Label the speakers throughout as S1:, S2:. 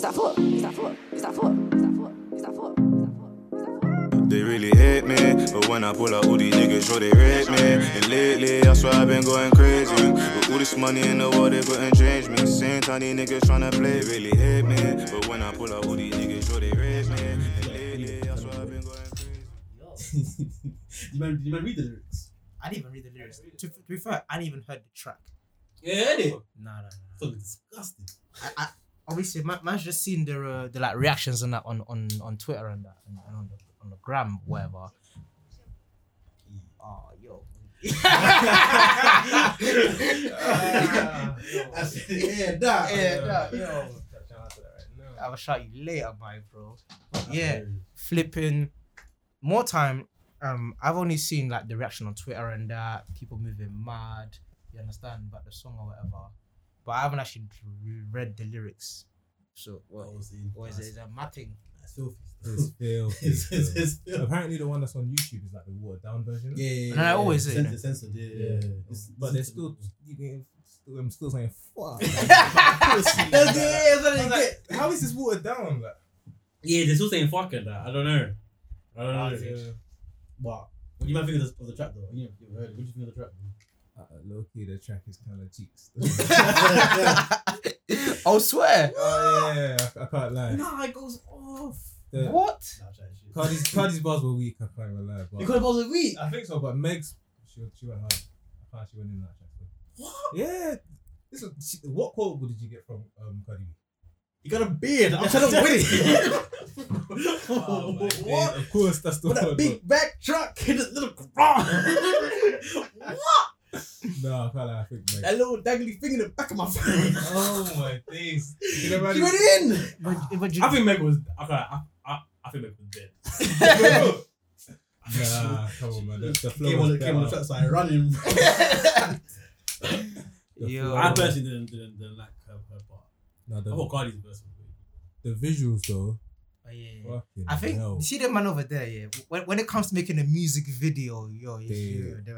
S1: that for? Is that for? Is that for? Is that for? Is that for?
S2: They really hate me, but when I pull out all these niggas, sure they rate me. And lately, I swear I've been going crazy. But all this money in the world, they couldn't change me. Same time these niggas tryna play, really hate me. But when I pull out all these niggas, sure they rate me. And lately, I swear I've been going crazy.
S3: you man, you man read the lyrics.
S4: I didn't even read the lyrics. To, to be fair, I didn't even heard the track.
S3: Yeah, they
S4: No, no, no.
S3: fucking disgusting.
S4: I, I obviously man, man's just seen their uh, the like reactions and that on on on Twitter and that and, and on the on the gram whatever. Oh yo. Ah.
S3: yeah, that.
S4: yeah, yo. I'll shout you later, my bro. Yeah, flipping. More time. Um, I've only seen like the reaction on Twitter and that people moving mad. You understand about the song or whatever, but I haven't actually read the lyrics. So what
S3: That
S4: is,
S3: was in-
S4: what is it? Is it a mad thing?
S3: That's filthy.
S5: It's filthy.
S3: It's- it's- it's filthy.
S5: Apparently, the one that's on YouTube is like the watered down version.
S3: Yeah, yeah,
S4: And I always say, you know.
S3: censored, censored, yeah, yeah.
S5: Yeah.
S3: It's-
S5: But they're still, you can- still- I'm still saying, fuck.
S3: That's the- yeah, that's what
S5: I'm
S3: they get.
S5: like, How is this watered down? Like,
S3: Yeah, they're still saying fuck and that. I don't know. I don't know.
S5: uh,
S3: But what do you might think of the, of the trap though? You know, you heard it. What do you think of the trap?
S5: uh, low key, the track is kind of cheeks.
S4: I swear.
S5: oh, yeah, I, I can't lie.
S3: Nah, it goes off.
S5: The-
S4: What?
S3: Nah, I'm trying to shit.
S5: Cardi's, Cardi's bars were weak, I can't even lie. But
S3: You could have a week.
S5: I think so, but Meg's she, she went hard. I can't she went in that track. What? Yeah. This was, she, what quote did you get from um Cardi B?
S3: You got a beard. I'm trying to win it.
S5: Oh, my days.
S3: what?
S5: Of course, that's the
S3: With that
S5: one.
S3: big back truck and that little what?
S5: No, I can't lie, I think Meg.
S3: That little dangly thing in the back of my phone.
S5: Oh my days. You know,
S3: She
S5: man,
S3: went in.
S4: But, but you,
S6: I think Meg was. I, can't- I, I, I think Meg was dead.
S5: Nah, come on, man. The, the flow
S3: Came on,
S5: was
S3: the, came on the
S5: better.
S3: truck, started running.
S4: Yo.
S6: I personally didn't, didn't, didn't like her, her part.
S5: No,
S6: I thought
S5: the,
S6: Cardi's verse was weird.
S5: the visuals though.
S4: Oh, yeah, yeah.
S5: Fucking
S4: I think
S5: hell.
S4: see the man over there. Yeah, when, when it comes to making a music video, yo, yeah,
S5: They-
S4: yo, they,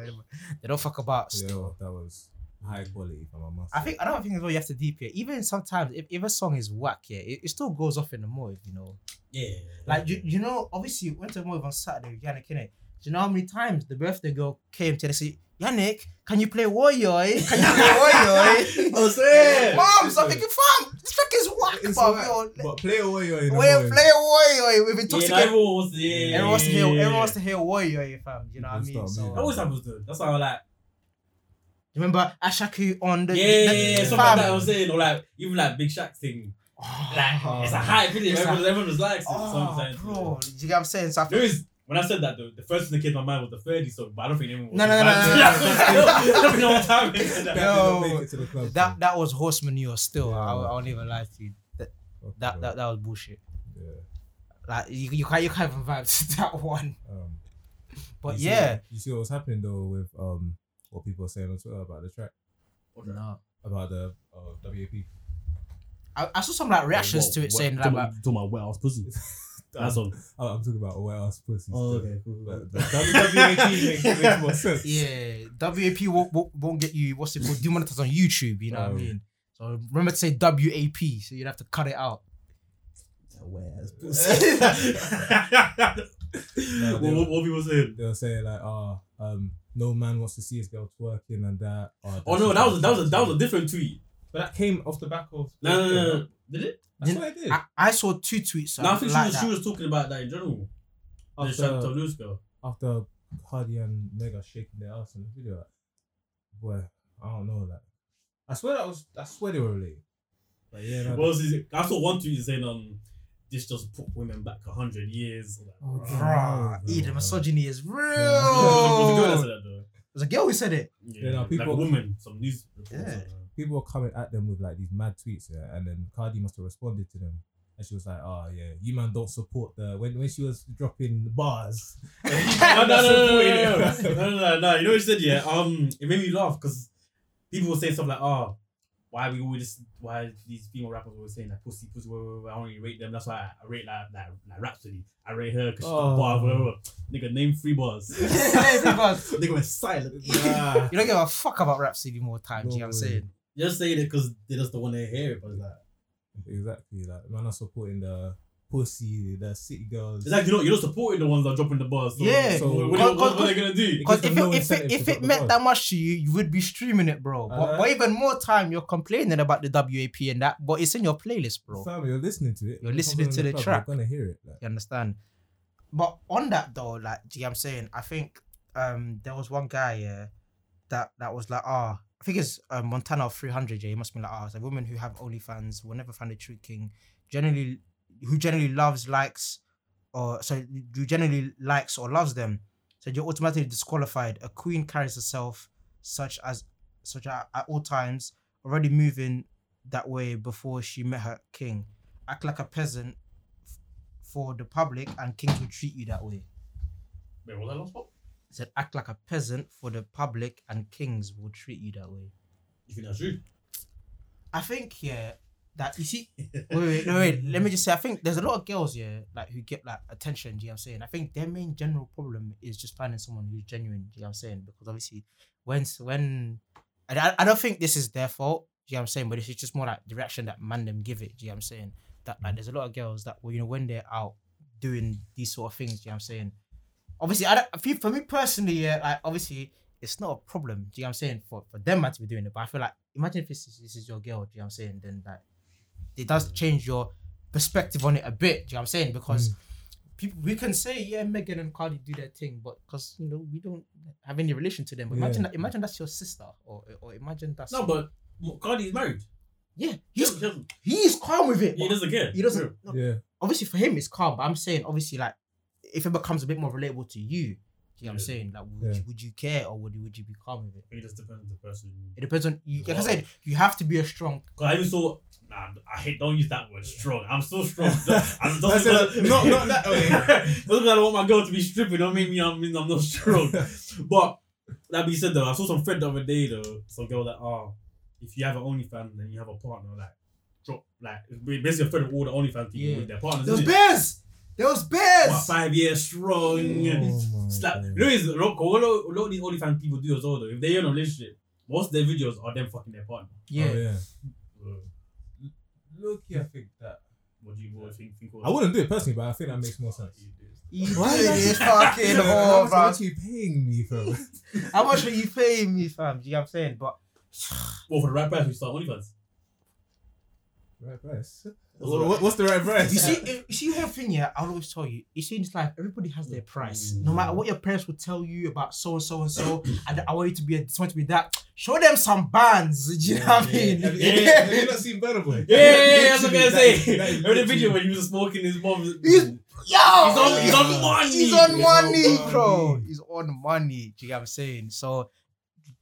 S4: they don't fuck about.
S5: yeah,
S4: Still,
S5: that was high quality from a must.
S4: I think I don't think as well you have to deep here. Even sometimes, if, if a song is whack, yeah, it, it still goes off in the mode, you know.
S3: yeah.
S4: Like you, you know, obviously you went to the move on Saturday with Yannick, innit? Do you know how many times the birthday girl came to her and said, Yannick, can you play Warrior? eh? Can you play Warrior? eh?"
S3: I was saying.
S4: Mom, so I'm thinking, fam, this track is whack,
S5: It's
S4: fam.
S5: whack,
S4: yo.
S5: But play away you're in the
S4: Play,
S5: moment.
S4: play Warrior. eh? We've been
S6: Yeah,
S4: toxic.
S6: no, everyone was. Yeah, yeah,
S4: everyone wants to hear,
S6: yeah,
S4: everyone wants
S6: yeah.
S4: to hear Warrior, eh, fam. You know what I
S5: People
S4: mean?
S5: start
S4: So, uh,
S5: moving.
S6: That always happens though. That's how I like.
S4: remember Ashaku on the
S6: Yeah, yeah, yeah,
S4: the-
S6: something
S4: fam.
S6: like that I was saying, or like even like Big Shaq thing.
S4: Oh,
S6: Like it's a hype video.
S4: It's a-
S6: Everyone, everyone was like, it, so I'm
S4: oh,
S6: saying.
S4: bro, do you get what I'm saying? So I feel-
S6: There is. When I said that though, the first thing that came to my mind was the 30 song, but I don't think anyone was.
S4: No, no, no, no, no, no,
S6: I don't know what time it is.
S5: Better
S4: Yo,
S5: not make it to the club,
S4: that
S5: fam.
S4: that was horse manure. Still,
S5: Yeah.
S4: I, I won't even lie to you.
S5: Fuck
S4: That
S5: it,
S4: that that was bullshit.
S5: yeah.
S4: Like you, you can't you can't even vibe to that one.
S5: Um,
S4: But
S5: you
S4: yeah.
S5: see, you see what's happening though with um what people are saying on Twitter about the track
S4: No.
S5: about the uh, WAP.
S4: I, I saw some like reactions
S6: Whoa,
S4: to it
S6: what-
S4: saying like,
S6: talking about- talking about wet ass pussy. That's all.
S5: Oh, I'm talking about wet ass pussy.
S3: Oh,
S5: still.
S3: okay, cool. cool.
S5: But the WAP makes, makes more sense.
S4: yeah, WAP won't, won't, won't get you what's it called demonetized on YouTube. You know what I
S5: Oh.
S4: mean? So remember to say WAP, so you'd have to cut it out.
S5: No, they,
S6: What, what,
S5: were,
S6: what people saying?
S5: they were saying like, oh, um, no man wants to see his girl twerking and that. Ah,
S6: Oh no, that was that was that was a different tweet.
S5: But that came off the back of.
S6: No, no, no, no. did it?
S5: That's what I did.
S4: I, I saw two tweets. So
S6: No, I think she
S4: like
S6: was
S4: that.
S6: she was talking about that in general. The Shannon
S5: after,
S6: Toulouse girl.
S5: after Cardi and Mega shaking their ass in the video, like, boy, I don't know that. I swear that was. I swear they were related. But yeah, no,
S6: What was his, I saw one tweet saying um, this just put women back a hundred years.
S5: Oh,
S6: Like, bruh.
S4: Bruh,
S5: Yeah.
S4: yeah, the misogyny is real.
S6: Was it- was it a girl that
S4: It
S6: said that though?
S4: was a girl who said it.
S6: Yeah,
S5: Oh, Yeah, no,
S6: like a
S5: people-
S6: woman. Some news reports.
S4: Yeah.
S5: people were coming at them with like these mad tweets, yeah, and then Cardi must have responded to them. And she was like, "Oh yeah, you man don't support the when when she was dropping bars."
S6: no, no, no, no, no, no, no, no, no, no. You know what she said? Yeah, um, it made me laugh because people were saying stuff like, "Oh, why we always why these female rappers always saying that pussy, pussy, wah, wah, wah, I only rate them. That's why I rate like like, like Rhapsody. I rate her because
S5: Oh.
S6: oh. bars, blah, blah, blah. nigga, name three bars.
S4: you
S3: Nigga went silent.
S5: Nah.
S4: don't give a fuck about Rhapsody more times. you know what I'm
S5: No way.
S4: saying?
S6: Just saying it because they just don't want to hear it, but it's like
S5: Exactly. Like man are supporting the pussy, the city girls.
S6: It's like you're not, you're not supporting the ones that are dropping the bars. So,
S4: Yeah.
S6: So what, what,
S4: Cause-
S6: what
S4: cause-
S6: are they gonna do?
S4: Because
S5: Because
S4: if,
S5: there's no
S4: it, if, it,
S5: incentive
S4: if
S5: to
S4: it
S5: put
S4: meant
S5: on.
S4: that much to you, you would be streaming it, bro. But,
S5: Uh-huh.
S4: but even more time, you're complaining about the WAP and that, but it's in your playlist, bro.
S5: Fam, you're listening to it.
S4: You're listening
S5: Come
S4: to
S5: on
S4: the
S5: club,
S4: track.
S5: You're gonna hear it. Like,
S4: You understand? But on that though, like, do you know what I'm saying? I think um there was one guy, yeah, that that was like, ah, I think it's um, Montana of 300, yeah, he must be like, ah, it's like women who have OnlyFans will never find the true king, generally, who generally loves, likes, or so who generally likes or loves them. So you're automatically disqualified. A queen carries herself such as such at, at all times, already moving that way before she met her king. Act like a peasant f- for the public, and kings will treat you that way.
S6: Wait, what was that last part?
S4: It said, act like a peasant for the public, and kings will treat you that way.
S6: You think that's true?
S4: I think yeah that you see wait wait no wait let me just say I think there's a lot of girls yeah like who get like attention do you know what I'm saying I think their main general problem is just finding someone who's genuine do you know what I'm saying because obviously when when and I, I don't think this is their fault do you know what I'm saying but it's just more like the reaction that man them give it do you know what I'm saying that like there's a lot of girls that well you know when they're out doing these sort of things do you know what I'm saying obviously I don't I feel for me personally yeah like obviously it's not a problem. Do you know what I'm saying? For for them man to be doing it. But I feel like imagine if this is this is your girl, do you know what I'm saying? Then like it does change your perspective on it a bit, do you know what I'm saying? Because
S6: Mm.
S4: people we can say, yeah, Megan and Cardi do their thing, but because you know, we don't have any relation to them. But imagine
S5: Yeah.
S4: that imagine that's your sister or or imagine that's
S6: No, but well, Cardi's married.
S4: yeah,
S6: He
S4: he's
S6: doesn't, he doesn't-
S4: he's calm with it.
S6: he
S4: but
S6: doesn't care.
S4: he doesn't
S6: Real.
S4: no,
S5: yeah.
S4: obviously for him it's calm, but I'm saying obviously like if it becomes a bit more relatable to you, do you know what
S6: Yeah.
S4: I'm saying? Like would,
S5: Yeah.
S4: you, would you care or would you would you be calm with it?
S6: It just depends on the person.
S4: It depends on you. Like I
S6: Wow.
S4: said, you have to be a strong.
S6: Cause I even saw. Nah, I hate. Don't use that word. Strong. I'm still strong. I'm
S5: I
S6: not, oh,
S5: said, not- not that way.
S6: Just because I don't want my girl to be stripping, don't make me. I mean, I'm not strong. but that being said, though, I saw some friend the other day though. Some girl that oh, if you have an OnlyFans then you have a partner, like drop, like basically a friend of all the OnlyFans people
S4: Yeah.
S6: with their partners.
S4: There was
S6: isn't it?
S4: bears. There was
S6: What,
S4: bears.
S6: five years strong.
S5: Oh my
S6: Slap. You
S5: days.
S6: know, it's, a lot, what a lot- a lot of these OnlyFans people do as well, though. If they're in a relationship, most of their videos are them fucking their partner.
S4: Yeah.
S5: Oh, yeah.
S6: Uh,
S5: Loki, I think that.
S6: What do you what do you think? think of-
S5: I wouldn't do it personally, but I think that makes more sense. Why
S4: doing
S5: is
S4: this fucking
S5: How
S4: whore,
S5: much
S4: bro?
S5: are you paying me for?
S4: How much are you paying me, fam? Do you know what I'm saying? But
S6: Well, for the right price, we start OnlyFans.
S5: right price.
S6: What-
S5: what's the right price?
S4: you see, you see, whole thing here. I'll always tell you. You see, in this life, everybody has their price. No matter what your parents will tell you about so and so and so, and I want you to be, a, this, I want you to be that. Show them some bands. Do you know what I mean?
S5: Have you-
S6: Yeah.
S5: have you not seen Burner Boy?
S6: Yeah, yeah, yeah, that's what I was gonna say.
S5: Literally, that is- that is
S6: Remember the video
S5: literally-
S6: when he was smoking his mom's.
S4: He's- Yo,
S6: He's on- he's on money.
S4: He's on
S5: He's on
S4: money, bro.
S5: money.
S4: He's on money. Do you get what I'm saying? So,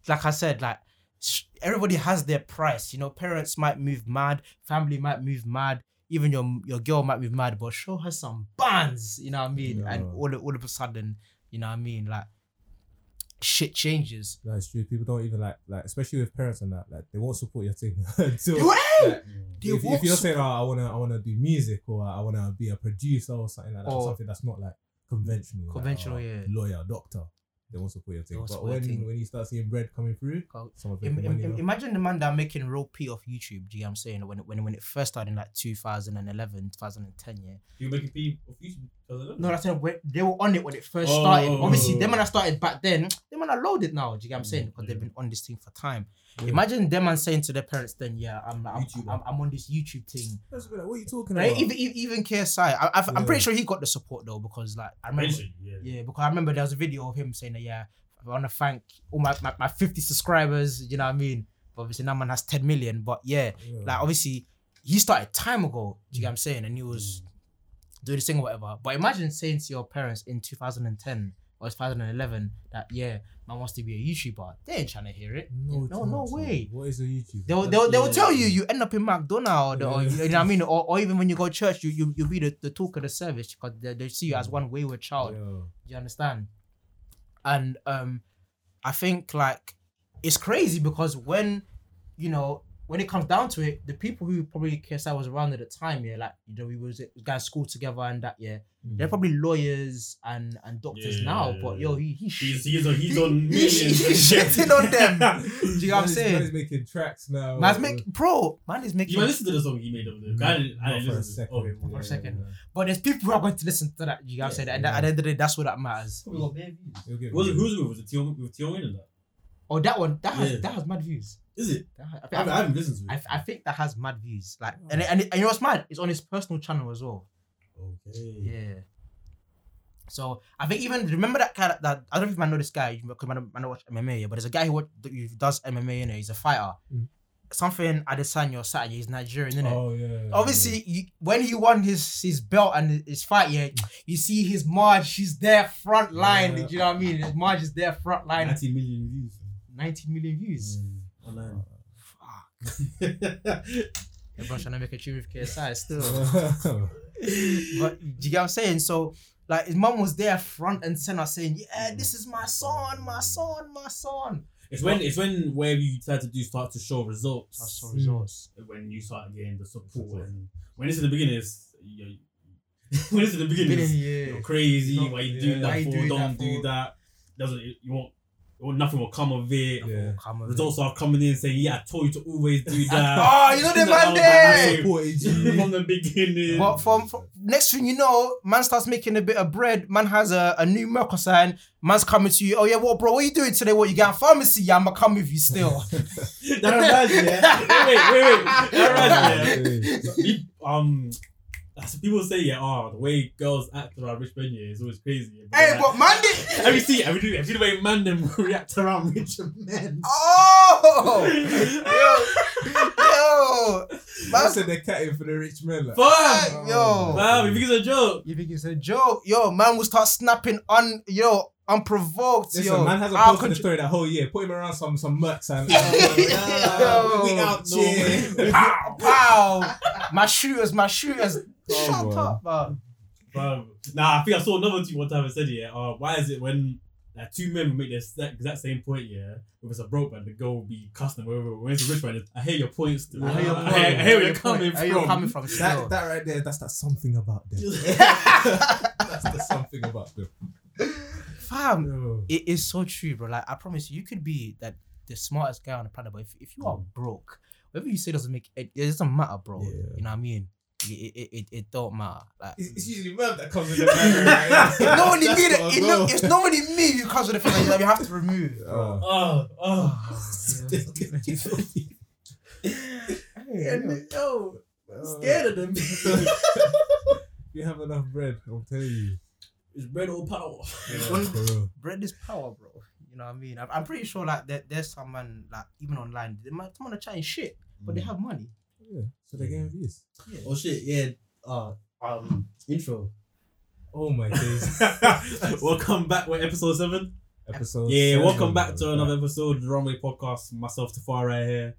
S4: like I said, like sh- everybody has their price. You know, parents might move mad, family might move mad, even your your girl might move mad, but show her some bands. You know what I mean? And
S5: Yeah.
S4: all all of a sudden, you know what I mean? Like shit changes.
S5: That's true. People don't even like, like, especially with parents and that, like, they won't support your thing until.
S4: They won't.
S5: like,
S4: They
S5: if, if
S4: won't
S5: you're
S4: su-
S5: saying, oh, I wanna, I wanna do music or I wanna be a producer or something like that,
S4: Or-
S5: or something that's not like conventional, like,
S4: Conventional,
S5: oh,
S4: yeah.
S5: lawyer, doctor, they won't support your thing.
S4: won't
S5: But
S4: support your
S5: when
S4: thing.
S5: when you start seeing bread coming through,
S4: Go-
S5: someone's
S4: Im-
S5: making
S4: im-
S5: money.
S4: im-
S5: now.
S4: imagine the man that making real P off YouTube. Do you know what I'm saying? When, it- when, when it first started in like 2011, 2010, yeah.
S6: You make it be of YouTube. doesn't it?
S4: No, that's it. When- They were on it when it first
S6: Oh.
S4: started. Obviously, them and I started back then. Them and I loaded now. Do you get what I'm saying? Because they've
S6: Yeah.
S4: been on this thing for time.
S5: Yeah.
S4: Imagine them and saying to their parents, "Then yeah, I'm I'm, I'm, I'm on this YouTube thing."
S5: That's what- what are you talking
S4: Right?
S5: about?
S4: Even e- even KSI, I, I've, I'm
S5: Yeah.
S4: pretty sure he got the support though because like I remember,
S6: Basically, yeah.
S4: yeah, because I remember there was a video of him saying that yeah, I want to thank all my, my my 50 subscribers. You know what I mean? But obviously, that man has 10 million. But yeah,
S5: Yeah.
S4: like obviously he started time ago. Do you get what I'm saying? And he was doing this thing or whatever. But imagine saying to your parents in 2010 or 2011 that yeah, man wants to be a YouTuber. They ain't trying to hear it. No, no, no
S5: chance, man.
S4: way.
S5: What is a YouTube?
S4: They'll, they'll, they'll
S6: Yeah.
S4: tell you you end up in McDonald's or, or
S5: Yeah.
S4: you know what I mean or, or even when you go to church you you you be the, the talk of the service because they, they see you as one wayward child.
S5: Yo,
S4: Do you understand? And um, I think like it's crazy because when you know when it comes down to it, the people who probably guess I was around at the time, yeah, like you know, we was we got school together and that, yeah, they're
S5: Mm.
S4: probably lawyers and and doctors
S6: Yeah,
S4: now.
S6: yeah,
S4: but
S6: yeah.
S4: yo, he he
S6: He's,
S4: shit.
S6: he's on, he's
S4: he-
S6: on
S4: he-
S6: millions.
S4: he- he's shitting on them. Do you know what I'm
S5: Man's- Man's
S4: saying?
S5: making tracks now. uh,
S4: Man's make bro, man is
S6: You
S4: making.
S6: might listen to the song he made of the guy. I
S5: Not
S6: didn't
S5: for a
S6: listen to it. Oh.
S5: second.
S6: Okay,
S4: For a second. But there's people who are going to listen to that. You know what I'm saying? And at the end of the day, that's what that matters.
S3: Probably got bare views.
S5: He'll give
S6: Who was it?
S5: you-
S6: Who was it with? Was it Tion with Tion and that?
S4: Oh, that one that has
S6: Yeah.
S4: that has mad views.
S6: Is it?
S4: That, I,
S6: I
S4: think,
S6: haven't, I
S4: I,
S6: haven't listened to
S4: I,
S6: it.
S4: think that has mad views. Like, and, and, and you know what's mad? It's on his personal channel as well.
S6: okay.
S4: Yeah. So I think even remember that guy that, that I don't know if you might know this guy because I don't, I don't watch MMA, yeah, but there's a guy who, wa- who does MMA, you know, he's a fighter.
S5: Mm.
S4: Something Adesanya or Saturday, he's Nigerian, isn't it?
S5: Oh yeah.
S4: Obviously, you, when he won his his belt and his fight, yeah, you see his Marge, she's there front line.
S5: Yeah.
S4: Do you know what I mean? His Marge is there front line.
S6: 90 million views
S4: 90 million views.
S5: Mm.
S6: online.
S4: Fuck. Everyone's trying to make a tune with KSI still. but do you get what I'm saying? So like his mum was there front and center saying, Yeah, this is my son, my son, my son.
S6: it's when it's when wherever you decide to do start to show results.
S4: I saw results.
S6: When you start getting the support and when it's in the beginning, it's you when it's in the beginning,
S4: Billion
S6: it's,
S4: year.
S6: you're crazy.
S5: Not-
S6: why you
S5: yeah.
S6: doing
S4: Why
S6: that
S4: you
S6: for?
S4: doing
S6: Don't
S4: that
S6: do
S4: for?
S6: that. Doesn't you won't or nothing will come of it.
S5: Yeah.
S4: Come on.
S6: Results are coming in saying, "Yeah, I told you to always do that."
S4: Oh, you know the
S6: Things that
S4: man
S6: I was
S4: there.
S6: like, from the beginning.
S4: But from, from next thing you know, man starts making a bit of bread. Man has a, a new milk sign. Man's coming to you. Oh yeah, what bro? What you doing today? What you got? Pharmacy? Yeah, I'ma come with you still.
S6: that reminds me. Yeah. Wait, wait, wait. That reminds me. Yeah.
S5: Yeah.
S6: So, peop- um, that's- people say yeah, oh, the way girls act around Rich Benye is always crazy. yeah,
S4: hey,
S6: like,
S4: but man, did-
S6: have you seen? Have you, have you seen the way man them react around rich men?
S4: oh,
S6: Yo,
S4: yo,
S5: I
S4: man,
S5: said they're catting for the rich man. Like,
S6: fam,
S4: yo.
S6: fam, you think it's a joke?
S4: You think it's a joke? Yo, man will start snapping un yo unprovoked.
S5: Listen,
S4: yo,
S5: man hasn't
S4: Out
S5: posted the
S4: contr-
S5: story that whole year. Put him around some some mercs and
S4: Yo.
S5: we out
S6: No.
S5: cheer.
S4: Pow, pow. my shooters, my shooters.
S5: Oh,
S4: Shut
S5: man.
S4: up, man.
S6: Fam. Nah, I think I saw another tweet one time and said yeah, uh, why is it when like, two men will make the exact, exact same point yeah, if it's a broke man, the girl will be cussing wherever. When it's a rich man, I hear your points. dude.
S5: I hear your
S6: I hear, I hear where you're
S4: point.
S6: coming
S4: I hear
S6: from.
S4: you're coming from.
S5: That,
S4: still.
S5: that right there, that's that something about them. That's the something about them.
S4: Fam,
S5: Yo.
S4: it is so true, bro. Like I promise you, you could be that the smartest guy on the planet, but if, if you are broke, whatever you say doesn't make it, it doesn't matter, bro.
S5: Mm. Yeah.
S4: You know what I mean? It it, it, it don't matter. Like
S5: It's, it's usually Merv that comes in the back.
S4: it's not only
S5: That's
S4: me
S5: gotta
S4: that it, no,
S5: go.
S4: it's not only me who comes with the thing that you have to remove.
S5: Oh.
S6: Oh, oh.
S4: Hey,
S6: yo, of them.
S5: you have enough bread, I'll tell you.
S6: It's bread or power.
S4: One-
S5: For real.
S4: bread is power, bro. You know what I mean? I'm, I'm pretty sure like there, there's someone like even online, they might someone are chatting shit, but they have money.
S5: Yeah. So they're getting views.
S3: Oh shit, yeah. Uh, um, intro.
S5: Oh my days.
S6: welcome back with episode seven.
S5: Episode.
S6: yeah,
S5: seven.
S6: welcome back to another episode of the Runway Podcast. Myself, Tafar, right here.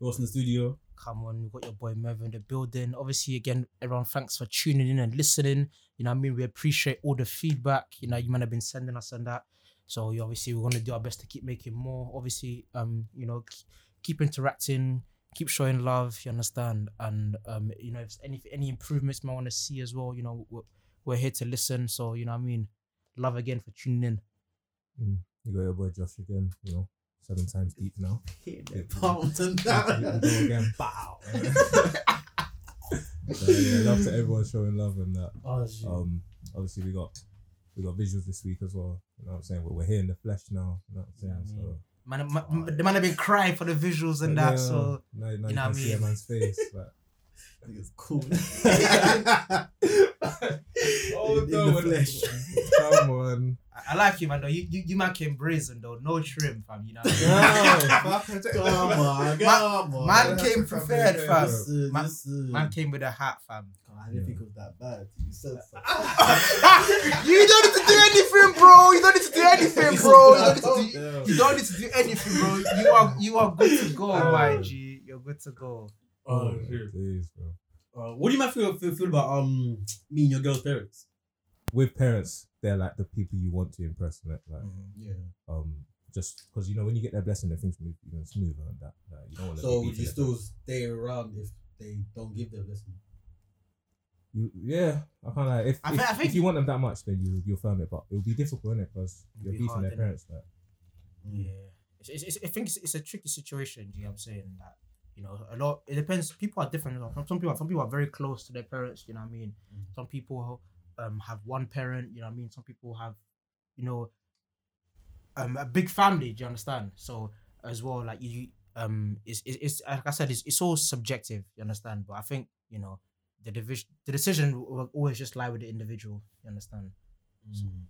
S6: Ross in the studio.
S4: come on, we've got your boy Merv in the building. Obviously, again, everyone, thanks for tuning in and listening. You know what I mean? We appreciate all the feedback. You know, you might have been sending us and that. So you obviously we're gonna do our best to keep making more. Obviously, um, you know, k- keep interacting, keep showing love, you understand? And um, you know, if any any improvements you might want to see as well, you know, we're, we're here to listen. So, you know what I mean? Love again for tuning in.
S5: You got your boy Josh again, you know, seven times deep now. again. Bow. so, yeah, love to everyone showing love and that.
S3: Oh shit.
S5: Um, obviously we got we got visuals this week as well. You know what I'm saying? But we're here in the flesh now. You know what I'm saying?
S3: Yeah, I
S5: So
S4: Man, ma- ma- the man have been crying for the visuals and
S5: Yeah,
S4: that. So
S5: now, now you,
S4: know
S5: can
S4: what I
S5: see a
S4: mean?
S5: man's face. Like,
S3: It's cool.
S5: oh
S3: In- in the flesh.
S5: Come on.
S4: I, I like you, man. Though you, you you man came brazen though, no trim, fam. You know. What I mean?
S3: Come on, come on.
S4: man came prepared,
S6: uh,
S4: fam.
S3: This, is-
S4: Man-
S3: this is-
S4: Man came with a hat, fam.
S3: I didn't think it was that bad. You said so.
S4: you don't need to do anything, bro. You don't need to do anything, bro. You don't need to do,
S3: Yeah.
S4: you don't need to do anything, bro. You are you are good to go, my G. You're good to go.
S6: Oh,
S5: my
S6: shit.
S5: days, bro.
S6: Uh, what do you might feel, feel, feel about um me and your girl's parents?
S5: With parents, they're like the people you want to impress. Like, like
S4: Mm.
S3: Yeah.
S5: um, just because you know when you get their blessing, then things move even smoother and that. Like, Like you don't want to.
S6: So would you still stay around if they don't give their blessing?
S5: You, yeah, I can't like if,
S4: I
S5: if,
S4: thi- I think-
S5: if you want them that much, then you you'll firm it. But it'll be difficult, innit? Because
S4: It'll
S5: you're
S4: be
S5: beating
S4: hard,
S5: their
S4: innit?
S5: parents. Like,
S4: Yeah, it's, it's, it's, I think it's, it's a tricky situation. Do you know what I'm saying? That you know, a lot. It depends. People are different. you know. Some, some people, some people are very close to their parents. You know what I mean? Some people um have one parent. You know what I mean? Some people have, you know, um a big family. Do you understand? So as well, like you, um, it's it's, it's like I said, it's it's all subjective. You understand? But I think you know. The division, the decision will- will always just lie with the individual. You understand?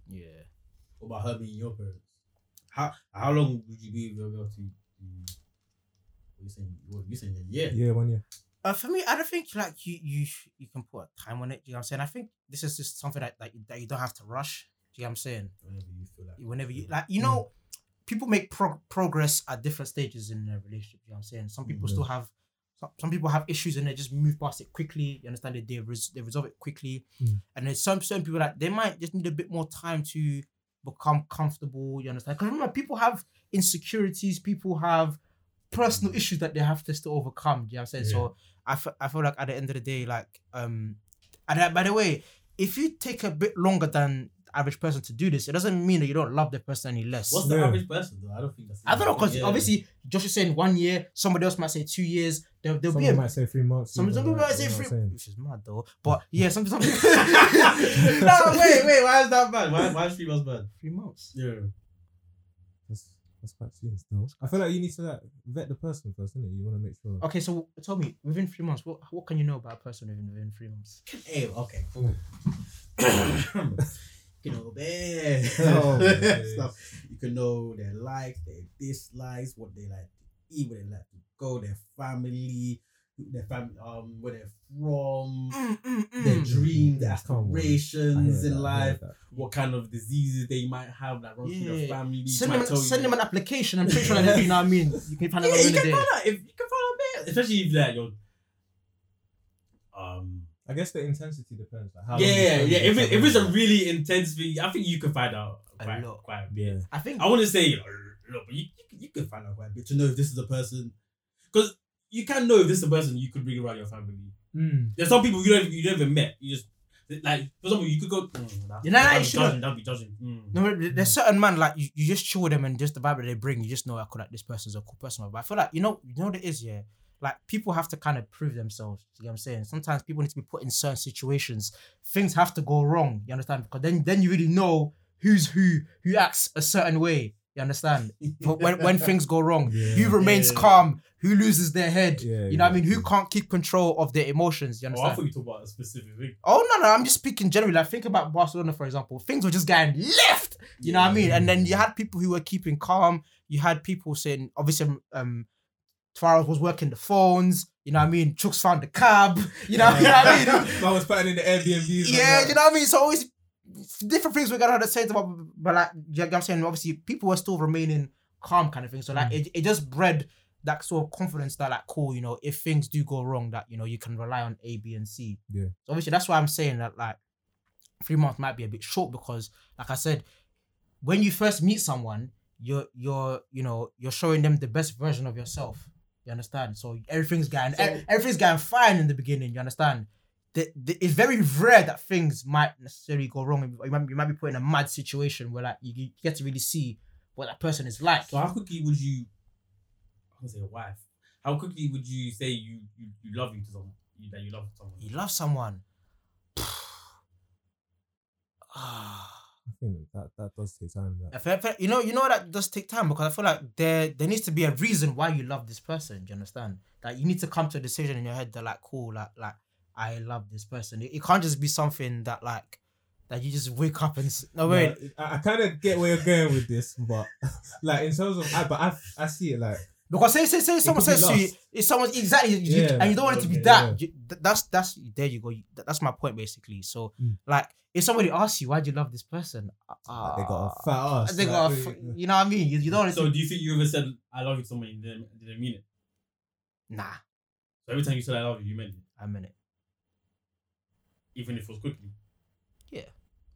S4: Yeah.
S6: What about her being your parents? How how long would you be with your girl to? to- What you saying? What you saying? Yeah.
S5: yeah, one year.
S4: Uh, for me, I don't think like you you you can put a time on it. Do you know what I'm saying? I think this is just something that that you, that you don't have to rush. Do you know what I'm saying?
S6: Whenever you feel like.
S4: Whenever you like, you know, people make pro- progress at different stages in their relationship. You know what I'm saying? Some people
S5: Yeah.
S4: still have some, some people have issues and they just move past it quickly. You understand that they res- they resolve it quickly,
S5: Mm.
S4: and there's some certain people that they might just need a bit more time to become comfortable. You understand? Because remember, people have insecurities. People have personal issues that they have to still overcome. Do you know what I'm saying? So I fe- I feel like at the end of the day, like um, and uh, by the way, if you take a bit longer than the average person to do this, it doesn't mean that you don't love the person any less.
S6: What's the
S5: Yeah.
S6: average person though? I don't think that's.
S4: I don't know because
S6: Yeah.
S4: obviously Josh is saying one year, somebody else might say two years. There, there'll
S5: Someone
S4: be a
S5: might say three months.
S4: some,
S5: you
S4: some
S5: know,
S4: people
S5: like,
S4: might say
S5: you know what
S4: three,
S5: I'm saying?
S4: which is mad though. But yeah, some some
S6: no, wait, wait. Why is that bad? Why, why is three months bad?
S4: three months.
S6: Yeah.
S5: That's that's quite soon still. I feel like you need to like vet the person first, innit? You want to make sure.
S4: Okay, so tell me within three months, what what can you know about a person within within three months?
S6: Hey, okay, cool. you know, man.
S5: Oh, man.
S6: Stuff. You can know their likes, their dislikes, what they like to eat, where they like to go, their family, their family, um, where they're from,
S4: Hmm, Mm.
S6: their dreams, their
S5: Come on. I hear I hear
S6: aspirations
S5: that, I
S6: in
S5: hear
S6: life,
S5: that.
S6: what kind of diseases they might have that runs through their
S4: Yeah.
S6: family.
S4: Send
S6: might
S4: them,
S6: tell you
S4: send
S6: that-
S4: them an application. I'm pretty sure that you know what I mean. You can find out
S6: yeah,
S4: within
S6: you
S4: the
S6: can
S4: day.
S6: find out if you can find out, man. Especially if like you're, um,
S5: I guess the intensity depends. Like how long you
S6: yeah,
S5: spend
S6: yeah. If,
S5: with
S6: it,
S5: someone.
S6: if it's a really intense thing, I think you can find out
S4: A
S6: quite,
S4: lot.
S6: quite a bit.
S5: yeah,
S4: I think
S6: I wouldn't say you know, a lot, but you, you, you can find out quite a bit to know if this is the person, because you can know if this is the person you could bring around your family.
S5: mm.
S6: There's some people you don't you don't even met. You just like for example, you could go. Mm, that,
S4: You know,
S6: that'd
S4: you
S6: be
S4: should
S6: judging. That'd be judging. Mm.
S4: No, there- there's certain man like you, you just chill with them and just the vibe that they bring, you just know I could like this person's a cool person. But I feel like you know, you know what it is, yeah. Like people have to kind of prove themselves. You know what I'm saying? Sometimes people need to be put in certain situations. Things have to go wrong. You understand? Because then then you really know who's who, who acts a certain way. You understand? But when, when things go wrong,
S5: Yeah.
S4: who remains
S6: Yeah.
S4: calm, who loses their head.
S5: Yeah,
S4: you know what I mean? Who
S5: exactly.
S4: can't keep control of their emotions?
S6: Oh,
S4: You
S6: I
S4: understand?
S6: thought you talked about a specific thing.
S4: Oh no, no, I'm just speaking generally. Like think about Barcelona, for example. Things were just getting left. You know what I mean? And then you had people who were keeping calm. You had people saying, obviously, um, Tavares was working the phones. You know what I mean? Chooks found the cab. You know, you know what I mean?
S5: I was putting in the Airbnb.
S4: Yeah, you know what I mean? So always different things we're gonna have to say about but like you know what I'm saying, obviously people were still remaining calm kind of thing. So like it, it just bred that sort of confidence that like cool, you know, if things do go wrong, that you know you can rely on A, B, and C.
S5: Yeah.
S4: So obviously that's why I'm saying that like three months might be a bit short because like I said, when you first meet someone, you're you're you know, you're showing them the best version of yourself. You understand? So everything's going
S6: So-
S4: everything's going fine in the beginning, you understand? the, the, it's very rare that things might necessarily go wrong. and You might, you might be put in a mad situation where like you, you get to really see what that person is like.
S6: So how quickly would you? I would say a wife. How quickly would you say you you, you love you to someone? You, that you love someone.
S4: You love someone. Ah.
S5: I think that that does take time. Like,
S4: I feel- I feel- you know, you know that does take time because I feel like there there needs to be a reason why you love this person. Do you understand? Like you need to come to a decision in your head that like, cool, like like I love this person. It, it can't just be something that like that you just wake up and s- no wait,
S5: No, I, I kind of get where you're going with this, but like in terms of, I, but I I see it like
S4: Because say say say someone
S5: could be
S4: says to you, if someone exactly, you- you-
S5: Yeah.
S4: and you don't want it to be
S5: Okay,
S4: that. you- th- that's that's there you go. You- th- That's my point basically. So
S5: Mm.
S4: like, if somebody asks you why do you love this person, uh,
S5: they got a fat ass.
S4: they
S5: like,
S4: got, a
S5: really-
S4: f- you know what I mean. You, you don't want it
S6: So
S4: to,
S6: do you think you ever said I love you to someone and didn't, didn't mean it?
S4: nah.
S6: So every time you said I love you, you meant it,
S4: I mean it.
S6: even if it was quickly.
S4: Yeah.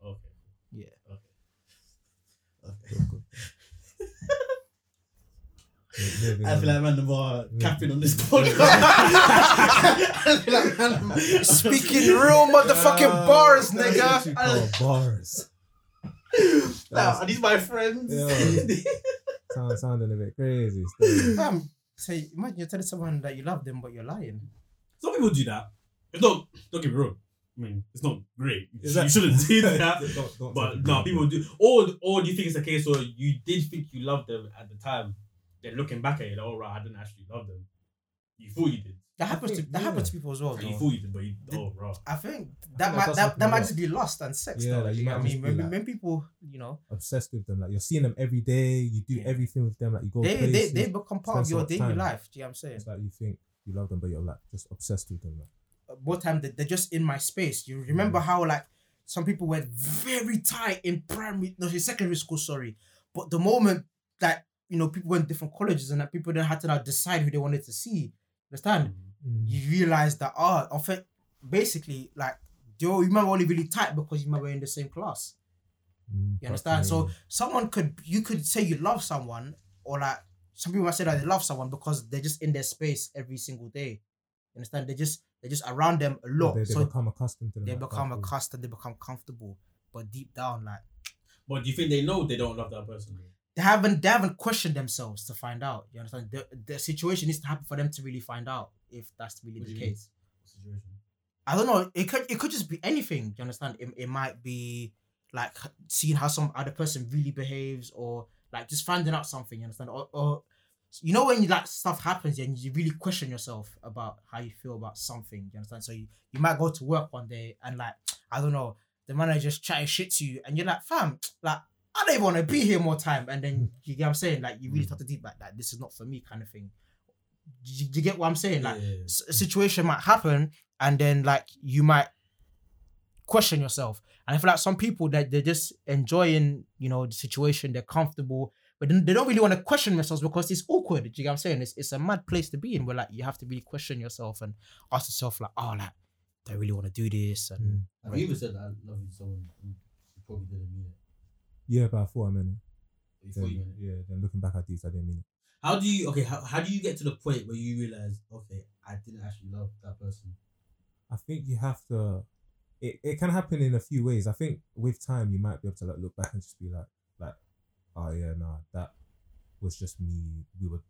S6: Okay.
S4: Yeah.
S6: Okay.
S3: I feel like random
S6: Uh,
S3: are capping on this podcast. I feel like random.
S4: Speaking real
S5: Uh,
S4: motherfucking bars, nigga.
S5: bars.
S3: Nah, are these my friends?
S5: Yeah. Sound sounding a bit crazy. Still.
S4: Fam, say, imagine you're telling someone that you love them, but you're lying.
S6: Some people do that. It's not. Don't get me wrong. I mean, it's not great. You
S5: Is that-
S6: shouldn't do that.
S5: Don't- don't
S6: But
S5: take it
S6: no,
S5: wrong.
S6: people do. Or or do you think it's a case where you did think you loved them at the time? Then looking back at it, all right, I didn't actually love them. You thought you did.
S4: That happens to
S5: think-
S4: that happens to people as well.
S6: Like, you
S4: though.
S6: thought you did, but you,
S4: Did-
S6: oh, bro.
S4: I think
S5: I
S4: that
S5: feel like
S4: might
S5: that's
S4: that,
S5: happened a
S4: that might
S5: lot.
S4: just be lost and sex.
S5: Yeah,
S4: though.
S5: like, you
S4: I
S5: might
S4: mean,
S5: just be
S4: when,
S5: like-
S4: when people, you know,
S5: obsessed with them. Like you're seeing them every day. You do
S4: Yeah.
S5: everything with them. Like you go
S4: they, they
S5: places.
S4: they become part of
S5: spend so
S4: your
S5: much
S4: daily
S5: time.
S4: life. Do you know what I'm saying?
S5: It's like you think you love them, but you're like just obsessed with them. Like,
S4: Uh, More time they- they're just in my space. You remember
S5: Mm.
S4: how like some people were very tight in primary, no, in secondary school. Sorry, but the moment that you know people went to different colleges and that people then had to now decide who they wanted to see. Understand?
S5: Mm.
S4: you realize that oh, I think basically like yo, you remember only really tight because you remember in the same class.
S5: Mm,
S4: You understand? So
S5: fascinating.
S4: someone could you could say you love someone or like some people might say that they love someone because they're just in their space every single day. You understand? They just they're just around them a lot.
S5: they, they
S4: so
S5: become accustomed to them.
S4: they
S5: like,
S4: become
S5: oh, cool.
S4: accustomed, they become comfortable. But deep down, like
S6: But do you think they know they don't love that person?
S4: they haven't they haven't questioned themselves to find out. You understand? The, the situation needs to happen for them to really find out if that's really
S6: What do
S4: the
S6: you
S4: case.
S6: mean? Situation.
S4: I don't know. It could it could just be anything. Do you understand? It, it might be like seeing how some other person really behaves, or like just finding out something. You understand? Or, or you know when like stuff happens and you really question yourself about how you feel about something. You understand? So you, you might go to work one day and like I don't know the manager's chatting shit to you and you're like fam like I don't even want to be here more time. And then you get what I'm saying like you really start to deep like that. This is not for me kind of thing. You, you get what I'm saying like
S6: yeah.
S4: s- a situation might happen and then like you might question yourself and i feel like some people that they're just enjoying you know the situation they're comfortable but then they don't really want to question themselves because it's awkward do you get what i'm saying it's, it's a mad place to be in where like you have to really question yourself and ask yourself like oh like do i really want to do this and
S5: Mm.
S7: Have you ever said that I love you to someone and you probably didn't mean it?
S5: Yeah, but I thought I meant it.
S7: You
S5: Then,
S7: thought you meant it.
S5: yeah, then looking back at these, I didn't mean it.
S7: How do you okay? How, how do you get to the point where you realize okay, I didn't actually love that person?
S5: I think you have to. It, it can happen in a few ways. I think with time you might be able to like look back and just be like like, oh yeah, no, that was just me. We were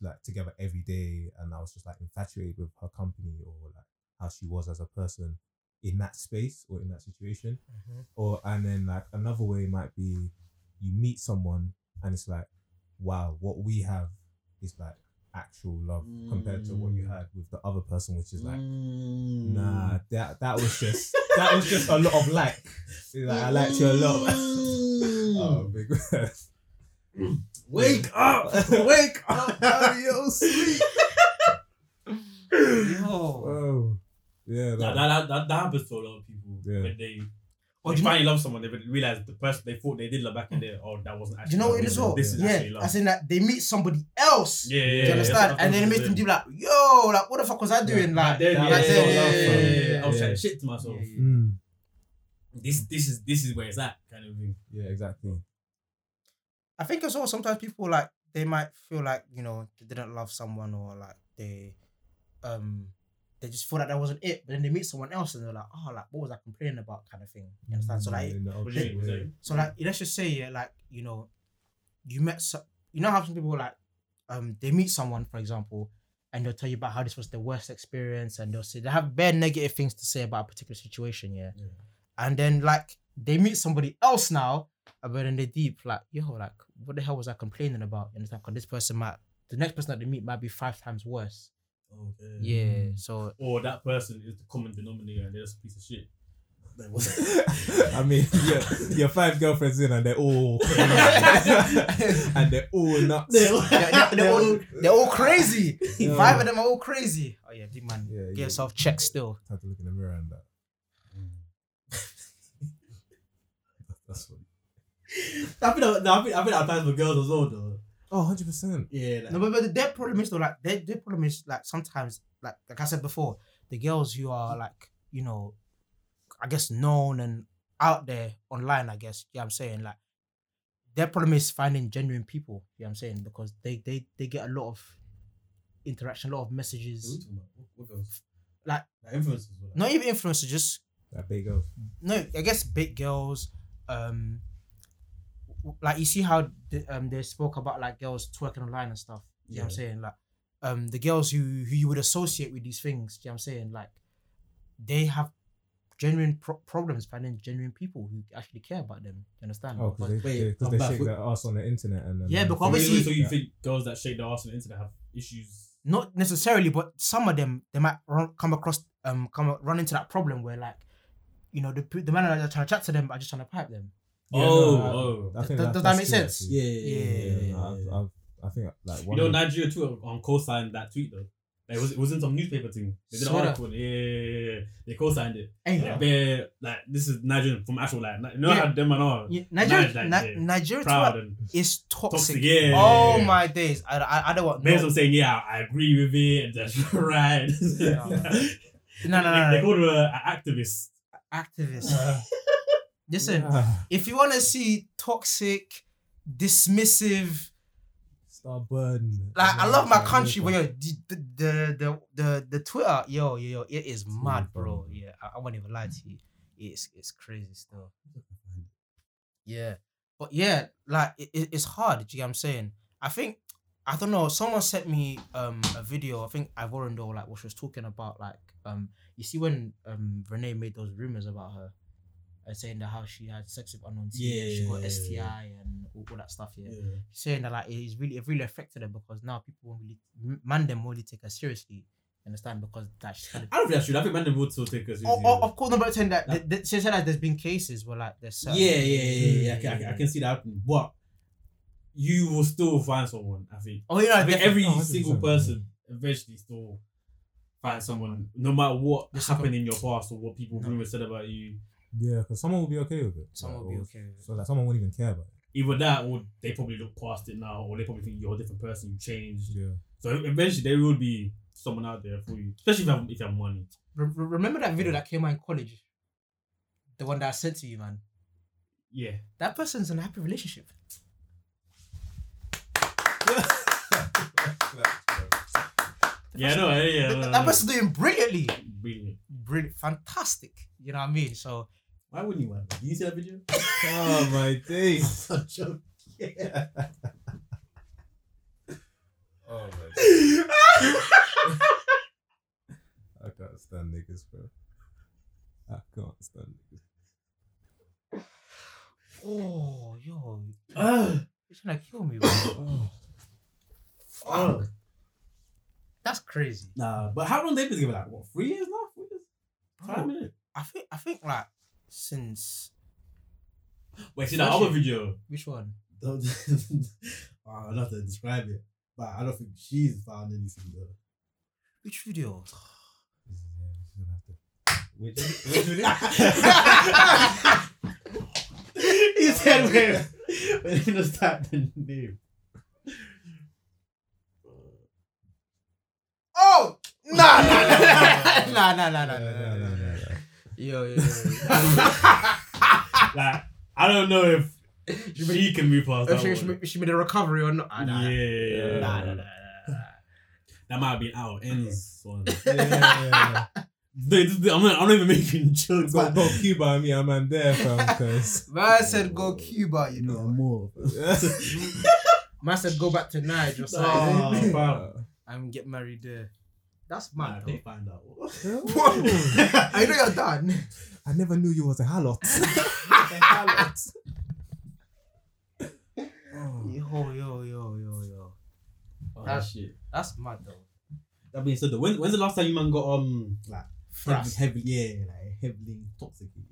S5: like together every day, and I was just like infatuated with her company or like how she was as a person in that space or in that situation. or and then like another way might be you meet someone and it's like wow what we have is like actual love compared to what you
S7: Mm.
S5: had with the other person which is like
S7: Mm.
S5: nah that that was just that was just a lot of like It's like i liked you a lot oh
S7: Mm.
S5: big word.
S7: Wake up! Wake up! Yo, sleep.
S6: Oh.
S4: Yo.
S5: whoa yeah
S6: Nah, that,
S5: that,
S6: that, that, that happens to a lot of people
S5: Yeah.
S6: when they.
S4: Or
S6: Or you
S4: do you know-
S6: finally love someone, they realize the person they thought they did love back in there, oh, that wasn't
S4: Do
S6: actually.
S4: you know
S6: love.
S4: what it is well
S6: This is actually
S4: yeah
S6: love.
S4: as in that they meet somebody else
S6: yeah, yeah,
S4: do
S6: yeah.
S4: you understand and then it makes them be like yo like what the fuck was i doing
S6: Like,
S4: like
S6: yeah,
S4: like,
S6: yeah,
S4: that-
S6: yeah,
S4: yeah,
S6: yeah,
S4: yeah,
S6: yeah, yeah. I was
S5: yeah.
S6: chatting shit to myself.
S4: yeah, yeah.
S5: Mm.
S6: This, this is, this is where it's at, kind of thing.
S5: yeah exactly
S4: I think as well sometimes people like they might feel like you know they didn't love someone or like they um they just feel like that wasn't it, but then they meet someone else and they're like, oh, like what was I complaining about, kind of thing. You understand? So like,
S5: In the
S6: What do you
S5: opposite
S6: mean?
S5: way.
S6: Sorry.
S4: so like, let's just say yeah, like you know, you met so you know how some people like um they meet someone for example, and they'll tell you about how this was the worst experience, and they'll say they have bare negative things to say about a particular situation, yeah.
S7: Yeah.
S4: And then like they meet somebody else now, uh, but then they deep like yo like what the hell was I complaining about? And it's like 'cause this person might the next person that they meet might be five times worse.
S7: Okay.
S4: Yeah. So
S6: Or that person is the common denominator and they're just a piece of shit.
S7: That was
S5: I mean, you're, you're five girlfriends in and they're all and they're all nuts.
S4: they're, they're- they're all, they're all crazy.
S5: Yeah.
S4: Five of them are all crazy. Oh yeah, deep man.
S5: Yeah,
S4: Get
S5: yeah.
S4: yourself checked still.
S5: had to look in the mirror and that. That's what.
S7: I think I, no, I think I think at times for girls as well though.
S5: Oh, 100 percent.
S7: Yeah. Like,
S4: No, but, but their problem is though, like their, their problem is like sometimes, like like I said before, the girls who are like, you know, I guess known and out there online, I guess, you know what I'm saying? Like their problem is finding genuine people. You know what I'm saying? Because they they they get a lot of interaction, a lot of
S7: What are we
S4: messages.
S7: talking about? What- What girls?
S4: Like-
S7: like influences. or Like,
S4: Not even influencers, just
S5: That big girl.
S4: no. I guess big girls. Um, w- like you see how the, um they spoke about like girls twerking online and stuff. You know what I'm saying? Like um the girls who who you would associate with these things. You know what I'm saying? Like they have genuine pro- problems finding genuine people who actually care about them. You understand?
S5: Oh,
S7: wait,
S5: because they, cause
S7: I'm
S5: they
S7: back.
S5: shake their ass on the internet and then
S4: Yeah, because
S6: Wait, wait,
S4: obviously-
S6: wait, so you think girls that shake their ass on the internet have issues?
S4: not necessarily, but some of them they might run, come across um come a- run into that problem where like you know the p- the man that are trying to chat to them are just trying to pipe them.
S5: Yeah,
S6: oh,
S5: no, I-
S6: oh.
S5: I think
S4: Does-
S5: that,
S4: does that
S5: that's
S4: make
S5: true,
S4: sense?
S5: actually.
S7: yeah, yeah, yeah, yeah, yeah,
S5: I've,
S7: yeah.
S5: I've, I think like
S6: You
S5: one.
S6: know,
S5: of-
S6: Nigeria too on co-signed that tweet though. Like, it, was, it wasn't some newspaper thing. They did an
S4: Swear.
S6: article. Yeah, yeah, yeah, yeah. They co-signed it.
S4: Hey,
S6: Like, bare- like this is Nigerian from actual like. You know
S4: Yeah.
S6: how them and all
S4: yeah, Nigeria,
S6: Nigeria,
S4: Ni-
S6: yeah.
S4: Nigeria
S6: proud
S4: to-
S6: and
S4: is toxic.
S6: Toxic, yeah, yeah,
S4: oh
S6: yeah.
S4: my days! I, I, I don't want no.
S6: Based on saying, yeah, I agree with it, and that's right.
S4: Yeah. no no
S6: They, they
S4: no, no.
S6: called her an activist.
S4: activists.
S6: Uh,
S4: Listen,
S5: Ah,
S4: if you want to see toxic, dismissive,
S5: stubborn.
S4: like I love my
S5: Yeah,
S4: country, but
S5: yeah.
S4: yo, the the the the, the, the Twitter, yo yo yo, it is mad,
S5: really
S4: bro.
S5: funny,
S4: Yeah, I, I won't even lie to you. It's it's crazy stuff. Yeah. But yeah, like it, it- it's hard. Do you get what I'm saying? I think I don't know. Someone sent me um a video. I think Ivorindo like what she was talking about. Like um, you see when um Renee made those rumors about her, and saying that how she had sex with unknown
S7: Yeah,
S4: teens, she got
S7: yeah, yeah,
S4: STI and all, all that stuff. Yeah,
S7: Yeah.
S4: saying that like it's really it really affected her because now people won't really m- man them won't really take her seriously. You Understand because that she's kind of
S6: I don't think that's true. I think Mandem would still take us.
S4: oh, oh, of course, number ten that, that, that she said that there's been cases where like there's certain-
S6: yeah, yeah, yeah, yeah. I can, I, can,
S4: Mm.
S6: I can see that happening. But you will still find someone, I think.
S4: oh yeah
S6: I think every
S5: Oh, 100%,
S6: single
S5: yeah.
S6: person eventually still find someone, no matter what
S4: Just
S6: happened in your past or what people
S4: No.
S6: rumors said about you.
S5: Yeah, because someone will be okay with it.
S4: Someone
S5: Like,
S4: will be
S5: or-
S4: okay with it.
S5: So that someone won't even care about it.
S6: Either that or they probably look past it now or they probably think you're a different person, you changed.
S5: Yeah.
S6: So eventually there will be someone out there for you, especially if you have, if you have money.
S4: Re- re- remember that video that came out in college? The one that I sent to you, man.
S6: Yeah.
S4: That person's in a happy relationship.
S6: Yeah, no, yeah, yeah.
S4: Th-
S6: no,
S4: that
S6: no.
S4: person's doing brilliantly.
S6: Brilliant.
S4: Brilliant. Fantastic. You know what I mean? So,
S6: Why wouldn't you want that? Did you see that video?
S5: oh my days.
S2: Oh my
S5: I can't stand niggas, bro. I can't stand niggas.
S4: oh, yo.
S6: Ah,
S4: You're trying to kill me, bro.
S5: Oh,
S6: ah.
S4: That's crazy.
S6: Nah, but how long they been together? Like what? Three years now? Four years? Five
S4: Bro,
S6: minutes?
S4: I think, I think, like, since.
S6: Wait, see that other
S4: Actually-
S6: video.
S4: Which one?
S7: Don't- I'll have to describe it, but I don't think she's found anything though.
S4: Which video?
S5: this is- yeah, this is gonna have to. Which,
S6: he said, "Wait, wait, let me just type the name."
S4: Oh! Nah, nah, nah, nah, nah, nah, nah, nah,
S5: No, no,
S4: nah,
S5: no,
S4: nah.
S5: no, no.
S4: Yo, yo, yo, yo.
S6: Like I don't know if she can move past
S4: If
S6: that
S4: she, she,
S6: one.
S4: ma- she made a recovery or not? Ah, nah, nah.
S6: Yeah,
S4: Nah, nah, nah, nah, nah.
S6: that might be out ends one.
S5: Yeah, yeah, yeah.
S6: Dude, this- I'm not, I'm not even making jokes.
S5: Go,
S6: But
S5: go Cuba, I mean, I'm on there, fam, because.
S4: Man said go Cuba, you know.
S7: more.
S4: Man said go back to Niger or something
S6: Oh,
S4: and get married there. That's
S6: Nah,
S4: mad.
S6: they
S4: though.
S6: find out.
S4: I know you're done.
S5: I never knew you was a harlot. oh,
S4: Yo, yo, yo, yo, yo.
S6: Oh,
S4: That-
S6: shit.
S4: That's mad though.
S6: That being said, though, when, when's the last time you man got um like
S7: Heavily, heavily, yeah, like heavily intoxicated.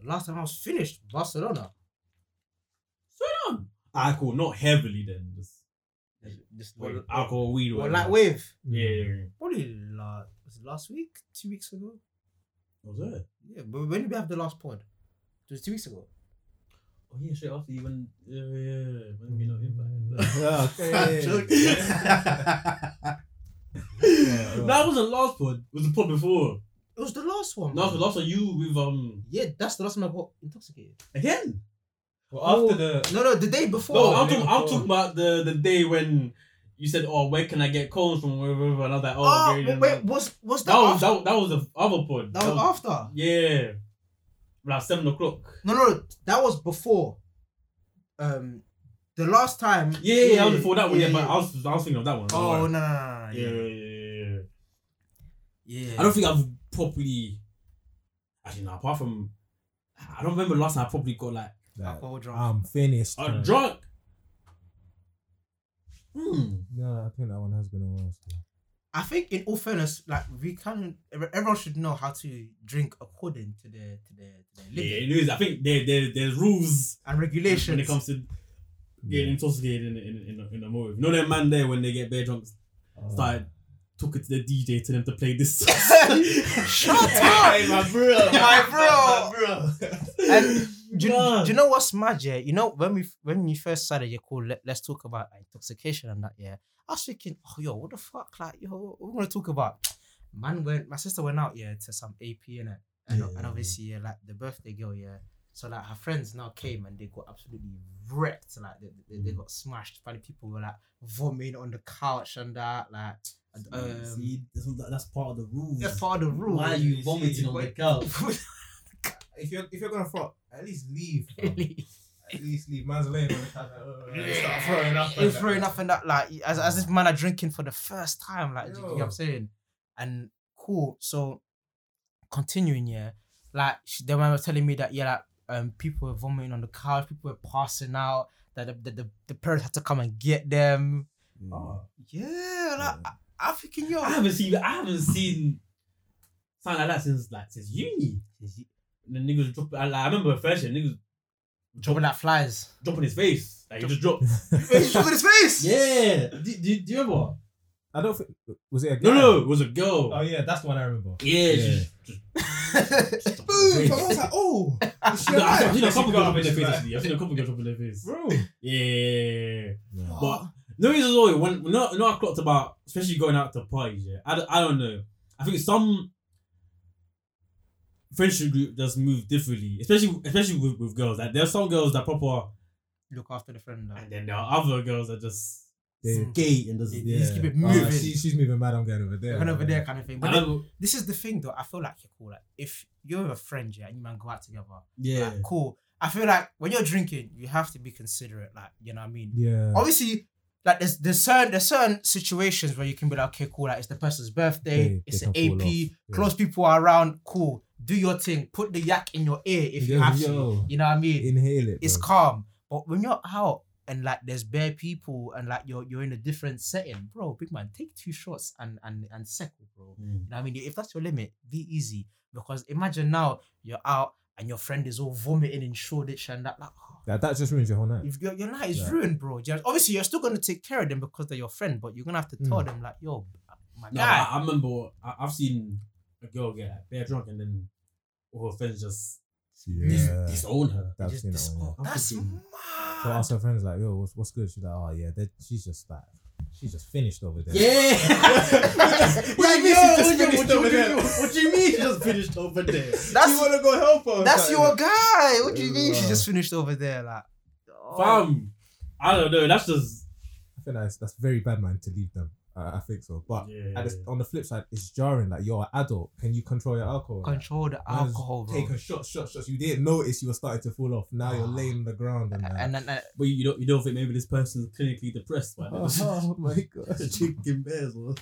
S4: The last time I was finished, Barcelona.
S6: alcohol? not heavily then. Just
S4: Just
S6: like,
S4: well,
S6: alcohol, weed,
S4: well,
S6: whatever.
S4: light wave.
S6: yeah, yeah, yeah.
S4: Mm. Probably la was it last week, two weeks ago.
S7: Was it?
S4: Yeah, but when did we have the last pod? It was two weeks ago.
S6: Oh yeah, straight after you went. Yeah, yeah, yeah. When we not invited.
S5: okay.
S6: that wasn't last pod. It was the pod before.
S4: It was the last one.
S6: No,
S4: man.
S6: because last one you with um
S4: Yeah, that's the last time I got intoxicated.
S6: again.
S5: Well, after the
S4: No, no, the day before. Ah,
S6: No,
S5: Oh,
S6: I'm
S5: yeah,
S6: talking, I'm
S5: oh.
S6: talking about the, the day when you said, "Oh, where can I get cones from?" Wherever, and I was like, "Oh,
S4: Oh,
S6: okay,
S4: wait,
S6: then."
S4: wait, was was that
S6: that was
S4: after?
S6: that, that was the other pod.
S4: That, was after.
S6: Yeah, around seven o'clock.
S4: No, no, that was before. Um, the last time.
S6: Yeah, yeah, that was before that one. Yeah, but I was, I was thinking of that one. don't
S4: Oh
S6: worry.
S4: no, no, no, no,
S6: yeah,
S4: no,
S6: yeah, yeah, yeah.
S4: yeah.
S6: I don't think I've properly. Actually, no. Apart from, I don't remember last time I probably got like
S5: like,
S4: alcohol drunk.
S5: I'm finished.
S6: uh,
S5: man.
S6: drunk. Hmm.
S5: No, I think that one has been a while. So.
S4: I think, in all fairness, like we can, everyone should know how to drink according to their to their, to their limit
S6: Yeah, it is. I think there, there, there's rules
S4: and regulations.
S6: when it comes to getting intoxicated in in in, in a motive. You know that man there when they get bare drunk,
S5: Uh,
S6: started took it to the DJ to them to play this.
S4: Shut up,
S7: my bro.
S4: my bro.
S7: bro.
S4: And do, you- do you know what's mad? Yeah, you know when we when you first started your call, let, let's talk about intoxication and that. Yeah, I was thinking, oh yo, what the fuck? Like yo, what we gonna talk about? Man went, my sister went out yeah to some AP in it, and,
S7: Yeah.
S4: and obviously yeah, like the birthday girl yeah. So like her friends now came and they got absolutely wrecked. Like they, they,
S7: Mm.
S4: they got smashed. Probably people were like vomiting on the couch and that. Like and, um,
S7: See, this is- that's part of the rules.
S4: that's part of the rule.
S7: Why are you vomiting on the couch?
S5: If you're if you're gonna throw, at least leave. fam. at least leave. Man's laying on the couch. like, "Oh, oh, oh," Start throwing up.
S4: It's throwing up and that like as as this man are drinking for the first time, like do you, know what
S5: Yo.
S4: I'm saying? And cool. So continuing, yeah. Like sh- the man was telling me that yeah, like um people were vomiting on the couch, people were passing out, that the the, the, the parents had to come and get them. Yeah, like I, I freaking yo.
S6: I haven't seen. I haven't seen something like that since like since uni. The niggas drop. I, I remember first year niggas
S4: Dropping like flies.
S6: dropping his face. Like he just dropped.
S4: He's dropping his face.
S6: yeah. Do, do, do you remember?
S5: I don't think was it a guy?
S6: No, no, it was a girl.
S5: Oh yeah, that's what I remember.
S6: yeah, she
S5: Yeah.
S6: just-
S5: Boom,
S7: I was like, oh,
S6: No, I've seen a couple girls dropping
S5: garbage,
S6: their face
S5: man.
S6: actually. I've seen a couple girls dropping their face.
S5: Bro.
S6: Yeah.
S5: Yeah.
S6: But no reason is always when no no I clocked about especially going out to parties, yeah. I, don't- I don't know. I think some friendship group does move differently, especially especially with, with girls. Like there are some girls that proper
S4: Look after the friend. Like.
S6: and then there are other girls that just
S5: They-
S7: gay and doesn't.
S4: Just keep it
S5: Oh,
S4: moving.
S5: she, she's moving mad. I'm going over there.
S4: Going over there kind of thing. But
S6: I
S4: then-
S6: don't-
S4: this is the thing though. I feel like you're cool. Like if you're with a friend, yeah, and you man go out together,
S7: Yeah.
S4: like, cool. I feel like when you're drinking, you have to be considerate. Like you know what I mean.
S5: Yeah.
S4: Obviously, like there's there's certain there's certain situations where you can be like, okay, cool. Like it's the person's birthday.
S5: They-
S4: it's
S5: they
S4: an
S5: can
S4: AP.
S5: fall off,
S4: Close people are around. Cool. Do your thing. Put the yak in your ear if you
S5: Yo,
S4: have to.
S5: yo.
S4: You know what I mean.
S5: Inhale it.
S4: it's
S5: bro.
S4: calm. But when you're out and like there's bare people and like you're you're in a different setting, bro, big man, take two shots and and and settle, bro.
S6: Mm.
S4: You know what I mean, if that's your limit, be easy. Because imagine now you're out and your friend is all vomiting in Shoreditch and that, like, oh,
S5: That, that just ruins your whole night.
S4: if your, your night is
S5: Yeah.
S4: ruined, bro. Just- Obviously, you're still gonna take care of them because they're your friend, but you're gonna have to tell
S5: Hmm.
S4: them like, yo, my
S6: No,
S4: guy,
S6: I, I remember I, I've seen a girl get like, bare drunk and then all her friends just dis- disown her.
S4: you
S5: That's
S4: just
S5: in it,
S4: dis-
S5: yeah.
S4: oh, that's
S6: thinking-
S5: So I
S4: mad.
S5: asked her friends like, "Yo, what's, what's good?" She's like, "Oh yeah, that she's just that. She's just finished over there."
S7: Like, yo, what you- what you-
S5: over there.
S7: What do you mean she just finished over there?
S4: That's
S5: wanna go help her?
S4: that's your guy. What do you mean? She
S5: Wow.
S4: just finished over there, like. oh.
S6: Fam, I don't know. That's just
S5: I think that's that's very bad, man, to leave them. I I think so. But
S6: Yeah.
S5: at the, on the flip side, it's jarring. Like you're an adult, can you control your alcohol?
S4: control the
S5: Man's
S4: alcohol, bro.
S5: Taking shots, shots, shots. You didn't notice you were starting to fall off. Now you're
S4: Ah.
S5: laying on the ground and, that.
S4: and then uh,
S6: But you don't you don't think maybe this person's clinically depressed right now?
S5: oh, my god.
S6: Chicken bears, or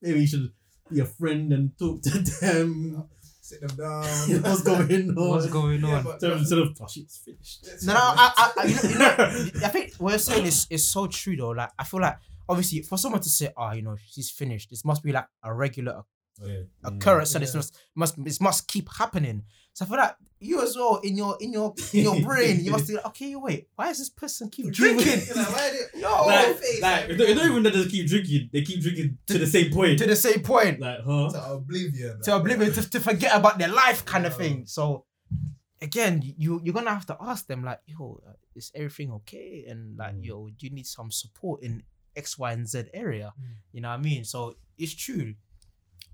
S6: maybe you should be a friend and talk to them.
S5: Sit them down.
S6: What's going on?
S4: what's going on?
S5: but-
S6: Tell them instead of oh, shit's finished.
S4: no, no, I, I, I, Uh, you know, you know, I think what you're saying is, is so true though. Like, I feel like obviously for someone to say, oh, you know, she's finished, this must be like a regular
S6: Oh, Mm.
S4: occurrence, and it's just must it must keep happening. So I feel like you as well in your in your in your brain, you must be like, okay, wait, why is this person keep drinking? no,
S6: Like, like they don't even let us keep drinking. They keep drinking to the same point.
S4: to the same point,
S6: Like, huh?
S5: oblivion.
S4: to oblivion, to, to forget about their life, kind of thing. So again, you you're gonna have to ask them like, yo, uh, is everything okay? And like, yo, do you need some support in X, Y, and Z area? You know what I mean? So it's true,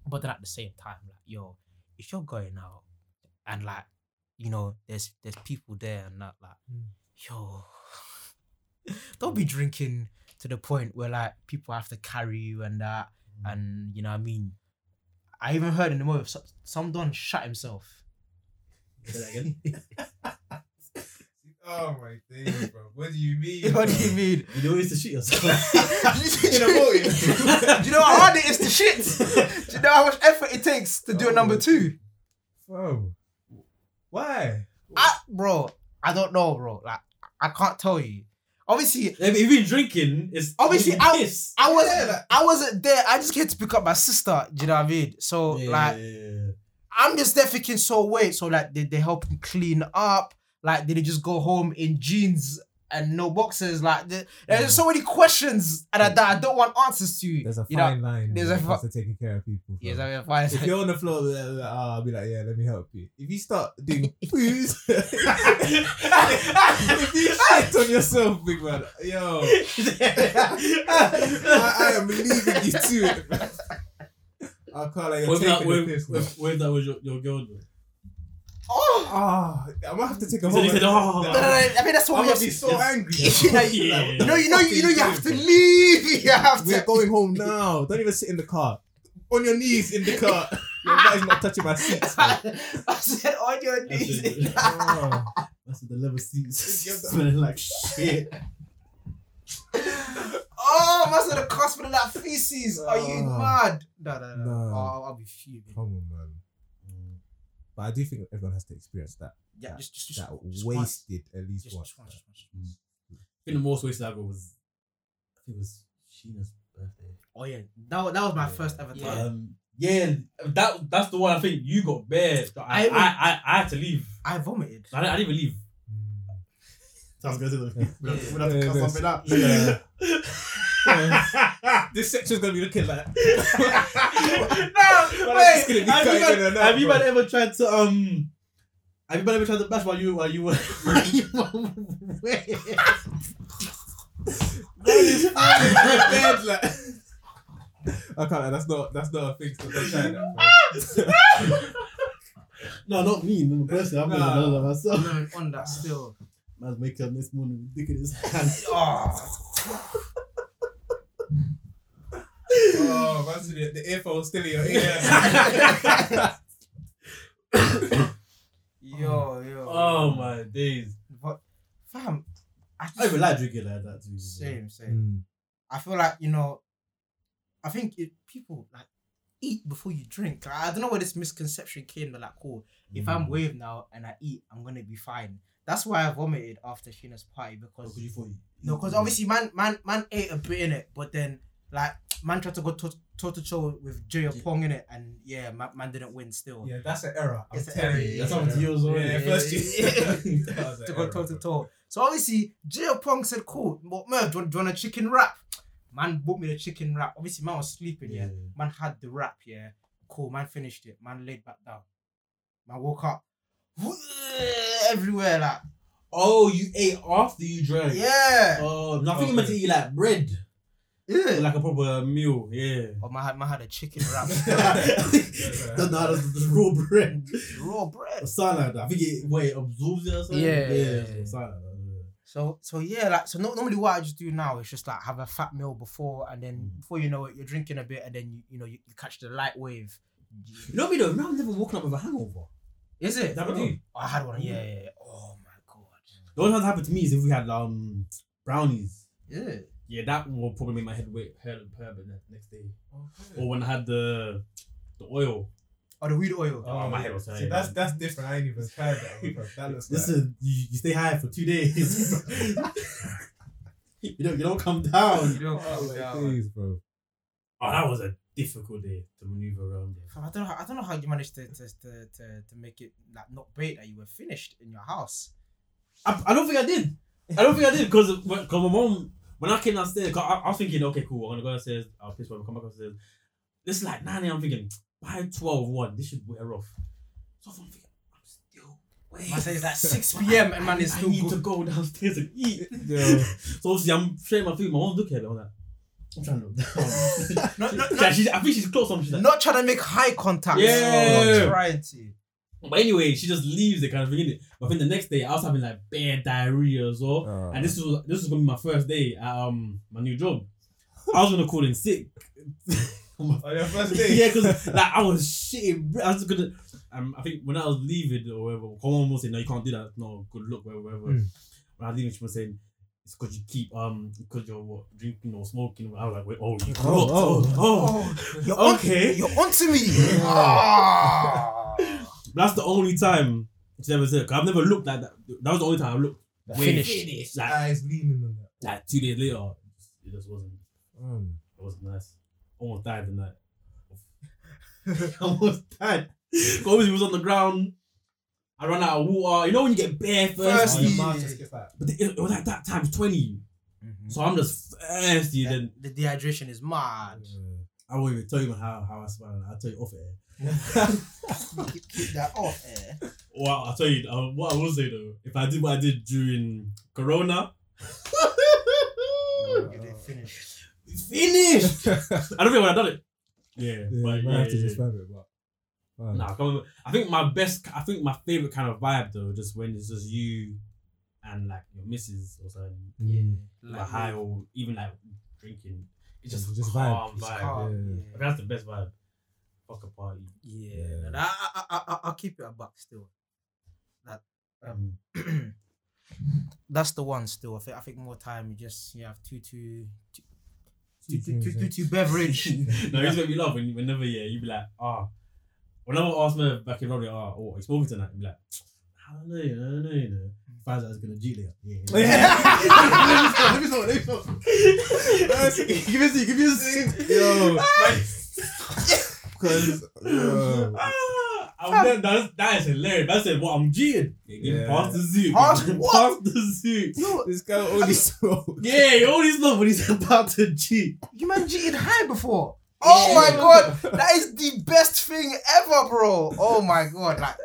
S4: but then at the same time, like, yo, if you're going out and like, you know, there's there's people there and that like. yo, don't be drinking to the point where like people have to carry you and that, and you know what I mean. I even heard in the movie so- some don shot himself.
S7: Say that again.
S5: Oh my days, bro. What do you mean?
S4: what do you mean?
S7: You know, it's to shoot yourself.
S4: in a motive. do you know how hard it is to shit? Do you know how much effort it takes to do a number two?
S5: Bro. Why?
S4: I, bro, I don't know, bro. Like, I can't tell you. Obviously,
S6: Like, if you're drinking, it's
S4: Obviously,
S6: you
S4: I-
S6: piss.
S4: I was I wasn't there. I just came to pick up my sister. Do you know what I mean? So like, I'm just there thinking. So wait, so like, did they help him clean up? Like, did he just go home in jeans and no boxes? Like, the, there's so many questions and I, that I don't want answers to.
S5: There's a fine
S4: you know,
S5: line.
S4: there's
S5: There's a
S4: a
S5: fine taking care of people.
S4: yes,
S5: bro.
S4: I mean, fine.
S5: if you're on the floor, blah, blah, blah, ah, I'll be like, yeah, let me help you. If you start doing poos, if you shit on yourself, big man, yo, I, I am leaving you to it. man. I can't like you're
S6: What if that,
S5: taking
S6: what
S5: the
S6: if,
S5: piss.
S6: what
S5: man.
S6: if- what if that was your, your girl? though?
S4: oh,
S5: Ah, I might have to take a
S6: You
S5: whole.
S6: said- you said, "Oh."
S4: no, no, no, I mean that's what
S5: I'm
S4: we have
S5: gonna be
S4: to.
S5: so angry.
S4: You know, you
S6: Yeah.
S5: Like,
S4: you know, you know, you know, you have to leave. You have
S5: We're
S4: to.
S5: going home now. Don't even sit in the car. On your knees in the car. Your butt is not touching my seats. man.
S4: I said on your
S6: That's
S4: knees.
S6: it. Oh,
S5: Ah.
S7: That's what the level seats. Smelling like shit.
S4: Oh, must have the cost for that feces. Are you
S5: Oh.
S4: mad? No, no, no.
S5: No.
S4: Oh, I'll, I'll be fuming.
S5: Come on, man. But I do think everyone has to experience that
S4: Yeah, just, just, just,
S5: that
S4: just once.
S5: wasted mm. at least
S4: Just,
S5: once.
S4: just once, just once, just once.
S6: I think the most wasted I got was
S7: I think it was Sheena's birthday.
S4: Oh yeah, that, wa- that was my
S7: Yeah.
S4: first ever time.
S7: Um,
S6: yeah. That that's the one I think you got bare. I I,
S4: I-
S6: I, I had to leave.
S4: I vomited.
S6: I, didn't- I didn't even leave.
S7: I was gonna say that. We'd have to- we'd have to
S5: Yeah,
S7: cut
S5: yeah,
S7: something out.
S6: Yeah.
S5: this section's gonna be looking like
S4: no,
S5: it's
S4: wait.
S5: gonna be
S7: have you
S5: cutting
S7: guys-
S5: in and out,
S7: Have you
S5: bro.
S7: man ever tried to um? Have you man ever tried to bash while you while you were? While you were away?
S5: Bed, like- I can't. That's not. That's not a thing. So don't try that, bro.
S7: no, not me. No, person. I'm
S5: Nah.
S7: gonna know that myself.
S4: No, on that still.
S7: Man's wake up next morning ridiculous. And
S4: Oh,
S5: Oh, man, so the, the earphone's still in your ear.
S4: yo, yo.
S6: Oh my days.
S4: But, fam, I
S7: I don't
S4: just
S7: even like drinking like that too.
S5: Mm.
S4: same, same. I feel like you know, I think it, people like eat before you drink. Like, I don't know where this misconception came. That like, cool, if
S5: Mm.
S4: I'm wave now and I eat, I'm gonna be fine. That's why I vomited after Sheena's party
S5: Oh,
S4: because
S7: Because you thought you-
S4: no, because obviously man, man, man ate a bit in it, but then like man tried to go toe to toe with Jay Pong in it, and yeah, man, man didn't win still.
S5: Yeah, that's an error. I'm
S4: It's an
S5: telling
S4: error,
S5: you.
S4: yeah.
S7: That's happened to you as well.
S5: Yeah,
S7: innit?
S5: first year. That was an
S4: to go
S5: error,
S4: toe to
S5: bro.
S4: toe. So obviously, Jay Pong said, "Cool, what Merv, do you, want, do you want a chicken wrap?" Man bought me the chicken wrap. Obviously, man was sleeping. Yeah, man had the wrap. Yeah, cool. Man finished it. Man laid back down. Man woke up everywhere. Like,
S6: Oh, you ate after you drank.
S4: yeah,
S6: Oh, no, I think you meant to eat like bread,
S4: yeah.
S6: like a proper meal. Yeah.
S4: Oh, man had, man had a chicken wrap,
S7: Don't know how to just raw bread.
S4: raw bread.
S7: Or something like that. I think it what it absorbs it or something.
S4: Yeah, yeah,
S7: yeah.
S4: yeah.
S7: something like that, yeah.
S4: So so yeah, like so no, normally what I just do now is just like have a fat meal before and then
S6: Mm.
S4: before you know it, you're drinking a bit and then you you know you, you catch the light wave.
S6: You know me though. I've never woken up with a hangover.
S4: Is it?
S6: That would do. Mm.
S4: Oh, I had one. Yeah, yeah, yeah. Oh my god.
S6: The only time that happened to me is if we had um brownies.
S4: Yeah.
S6: Yeah, that will probably make my head wait hurt and purr the next day. Or when I had the the oil.
S4: Oh, the weed oil.
S6: Oh, my head was
S5: See,
S6: hurting.
S5: that's that's different. I ain't even tried that one. bro. That looks like-
S7: Listen, you, you stay high for two days. you don't you don't come down.
S5: Oh, my days, bro.
S6: oh, that was a difficult day to maneuver around there.
S4: Fam, I don't know. How, I don't know how you managed to to, to, to, to make it like not bait that you were finished in your house.
S6: I, I don't think I did. I don't think I did because because my mom when I came downstairs, 'cause I, I was thinking, okay, cool, I'm gonna go downstairs, I'll piss myself, come back upstairs. This is like nine. a.m., I'm thinking by 12, 1, this should wear off. So I'm thinking, I'm still.
S4: Man says it's like six p.m. and man is
S6: I
S4: still
S6: need to
S4: good.
S6: go downstairs and eat.
S5: Yeah.
S6: So obviously I'm sharing my food. My mom's looking at me. I'm like,
S7: I'm trying to look down.
S4: No, no,
S6: she's like, she's, I think she's close. Something. She's like,
S4: Not trying to make high contact.
S6: Yeah.
S4: Not trying to.
S6: But anyway, she just leaves it kind of thing. innit? But then the next day, I was having like bad diarrhea as well.
S5: Oh.
S6: And this was this was gonna be my first day at um my new job. I was gonna call in sick.
S5: Oh,
S8: On your first day.
S6: yeah, because like I was shitting. I was gonna. Um, I think when I was leaving or whatever, Coleman was saying, "No, you can't do that. No, good luck, whatever." whatever.
S5: Mm.
S6: When I was leaving, she was saying, "It's because you keep um, because you're what drinking or smoking." I was like, "Wait, oh, you
S5: Oh,
S6: oh, oh, oh,
S4: You're
S6: okay."
S4: you're onto me.
S8: Ah.
S6: But that's the only time she's ever said. it, 'cause I've never looked like that. That was the only time I looked. way
S4: Finished.
S6: Like,
S5: Eyes leaning on that.
S6: like two days later, it just wasn't.
S5: Um,
S6: It wasn't nice. Almost died the night. Almost died. 'Cause Obviously, it was on the ground. I ran out of water. You know when you get bare
S5: oh,
S6: thirsty,
S5: your mouth just gets like,
S6: but it, it was like that times twenty. So I'm just thirsty. Then
S4: The dehydration is mad.
S6: I won't even tell you how how I smell. I'll tell you off air.
S1: Keep, keep that off air.
S6: Well, I'll tell you uh, what I will say though. If I did what I did during Corona,
S4: You
S6: Uh,
S4: didn't finish.
S6: finished. I don't think I would have done it. Yeah,
S5: yeah,
S6: but
S5: might
S6: yeah,
S5: have to
S6: yeah, yeah.
S5: describe it, but um,
S6: Nah, I, can't remember. I think my best, I think my favorite kind of vibe though, just when it's just you and like your missus or something,
S5: mm,
S6: like, high or even like drinking. It's just,
S5: It's just vibe.
S6: calm vibe.
S5: It's
S4: calm,
S6: Like, that's the best vibe. Fuck a party.
S4: Yeah,
S5: Yeah.
S4: and I, I, I, I- I'll keep it a buck still. That, um, that's the one still. I think, I think more time. You just you have two, two, two, two, two, two, two, two beverage.
S6: no, it's make me laugh when, whenever yeah, you'd be like, ah. Whenever I asked me back in Rodney, ah, oh, he's smoking tonight, I'd be like, I don't know, I don't know, you know.
S7: Finds out it's gonna G later. Yeah.
S5: eh.
S8: let me stop, let me stop.
S6: give me a sip, give me a sip.
S5: Yo,
S8: Because
S5: yo.
S6: Ah, I'm dead. That's, that is hilarious. That's it. What I'm G'ing. Yeah.
S5: Yeah.
S6: Past the zoo.
S4: Past
S6: Past the zoo.
S5: this guy only smoked.
S6: Yeah, you always love when he's about to G.
S4: you man cheated high before. Oh my god, that is the best thing ever, bro. Oh my god, like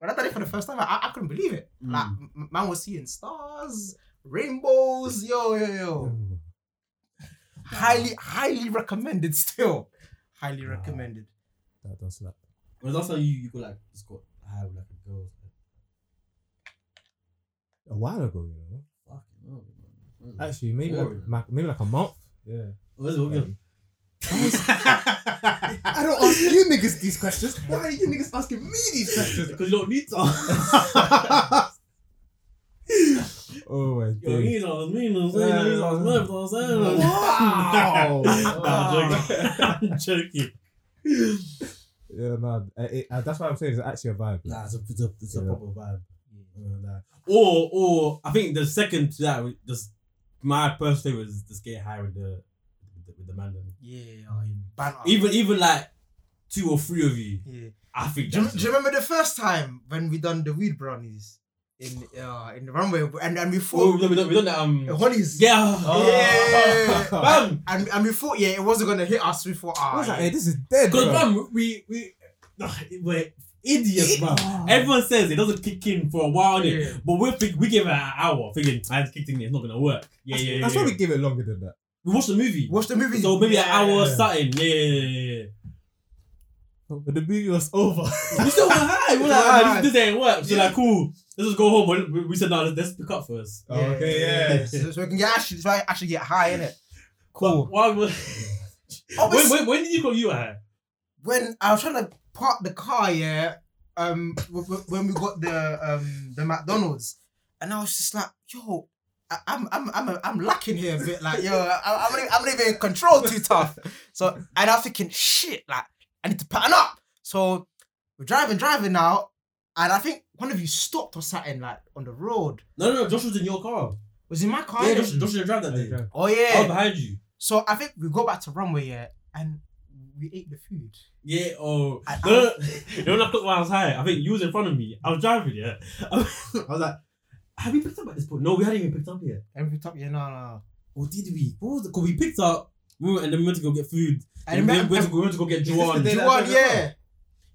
S4: when I done it for the first time, I, I couldn't believe it.
S5: Mm.
S4: Like m- m- man was seeing stars, rainbows, yo, yo, yo. highly highly recommended still highly
S5: Wow.
S4: recommended
S5: That does slap.
S6: When last time you you got like just got high with like a girl?
S5: A while ago, you know.
S6: Fucking hell, man. That's-
S5: Actually, maybe
S6: Boring.
S5: like, ma- maybe like a month. Yeah.
S6: What's it? What's it?
S5: I don't ask you niggas these questions. Why are you niggas asking me these
S6: Because you don't need to.
S5: Oh my
S6: Yo,
S5: god.
S6: he's on me, you know what I'm saying? He's on Smith, you know what I'm saying?
S5: Wow.
S6: Nah, I'm joking. I'm joking.
S5: Yeah, man. Uh, it, uh, that's what I'm saying. It's actually a vibe.
S7: Nah, it's a, it's a, it's a
S5: Yeah.
S7: proper vibe. Uh, like,
S6: Or, or I think the second to that, just my first favorite is just get high with the with the, with the man. then.
S4: yeah oh, you banter.
S6: Even even like two or three of you,
S4: yeah
S6: I think.
S4: do you,
S6: That's
S4: do you remember the first time when we done the weed brownies in uh in the runway and and we
S6: Oh,
S4: thought
S6: we, done- we, done- we done that. Um,
S4: uh, honeys
S6: yeah,
S5: Oh.
S6: Ah.
S4: Yeah.
S6: bam.
S4: and and we thought yeah it wasn't gonna hit us we thought
S5: I
S4: ah
S5: was like,
S4: yeah.
S5: hey, this is dead.
S6: Because
S5: bro.
S6: bam, we we nah, we're idiots, bro. Everyone says it doesn't kick in for a while, innit?
S4: Yeah.
S6: but we think we give it an hour, thinking I kicked in, it's not gonna work. Yeah, yeah, yeah.
S5: That's
S6: yeah.
S5: why we gave it longer than that.
S6: We watched the movie.
S4: watch the movie
S6: So maybe an
S4: Yeah.
S6: hour or something. Yeah, yeah, yeah, yeah.
S5: But the movie was over.
S6: yeah. We still were high. We were like, ah, this, this ain't work. So like, cool. Let's just go home. We, we said, no, let's, let's pick up first.
S5: Oh, okay, yeah.
S4: so, so we can get actually try actually get high in it cool
S6: Why would- when,
S4: Obviously-
S6: when, when did you call you were high?
S4: when I was trying to park the car, yeah, um, w- w- when we got the um the McDonald's, and I was just like, yo, I- I'm I'm I'm I'm lacking here a bit, like yo, I- I'm not even- I'm not even in control too tough. So and I'm thinking, shit, like I need to pattern up. So we're driving, driving now, and I think one of you stopped or something like on the road.
S6: No, no, no. Josh was in your car.
S4: Was it my car?
S6: Yeah, Josh, Josh didn't drive that day.
S4: oh
S6: I was
S4: yeah.
S6: behind you.
S4: So I think we go back to runway, yeah, and we ate the food.
S6: Yeah, oh.
S4: I-
S6: No, no, you know when I cooked when I was high, I think you was in front of me. I was driving, yeah. I was like, have we picked up at this point? No, we hadn't even picked up yet.
S4: And we talked, yeah, no, no, no.
S6: Or did we? What was the? Cause we picked up. We went, and then we went to go get food.
S4: And
S6: And then
S4: remem-
S6: we went to, we went to go get
S5: this the
S6: Juwan.
S5: day
S6: Ju-
S5: that-
S4: Juwan, yeah.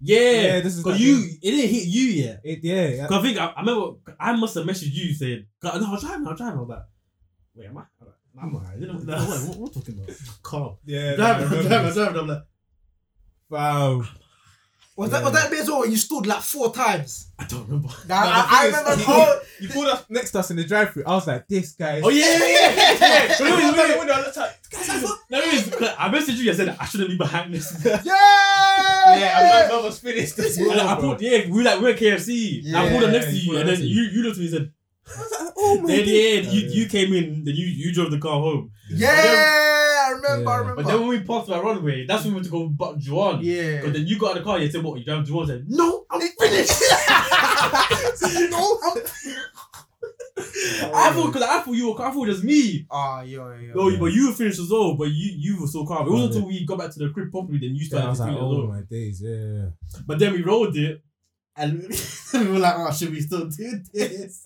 S6: Yeah,
S5: Yeah, this is
S6: Cause
S5: that
S6: you,
S5: day.
S6: it didn't hit you yet.
S5: It, yeah, yeah.
S6: Cause I think I, I remember I must have messaged you saying, "God, "No, I was driving. I was driving." I was like, "Wait, am I?" I'm like, "Nah, I'm alright. You know what- nah, what- what- what talking about? Calm.
S5: Yeah,
S6: Driving,
S5: no, I
S6: I'm
S5: remember
S6: driving, I'm
S5: this.
S6: driving. I'm like,
S5: Wow.
S4: Was that was that bit as well when you stood like four times?
S6: I don't remember.
S4: Nah, I, I remember. oh,
S5: You pulled up next to us in the drive-thru. I was like, this guy.
S6: Oh yeah, yeah, yeah. yeah. Wait, wait, wait.
S5: yeah.
S6: No, it was- I messaged you. I said I shouldn't be behind this. yeah,
S4: yeah,
S8: I was finished. This
S6: and I pulled. Yeah, we like we're at KFC. And I pulled up next to you, and then you you looked at me and said.
S5: Oh my
S6: Then
S5: god.
S6: yeah, you, you came in, then you, you drove the car home.
S4: yeah. I remember. I
S3: Yeah.
S4: remember.
S6: But then when we parked that runway, that's when we went to go butt Juan.
S4: yeah.
S6: But then you got out of the car, you said, What, you drive Juan? I said,
S4: No, I'm finished. no, I'm.
S6: I thought, because I thought you were, I thought it was me.
S4: Ah, yo, yo, yo.
S6: No,
S5: Yeah.
S6: but you were finished as well, but you you were so calm. It wasn't
S5: Yeah.
S6: until we got back to the crib properly then you
S5: I
S6: started
S5: was
S6: to
S5: like,
S6: tweet
S5: oh
S6: alone.
S5: my days, yeah, yeah. yeah.
S6: But then we rolled it.
S7: And we were like, oh, should we still do this?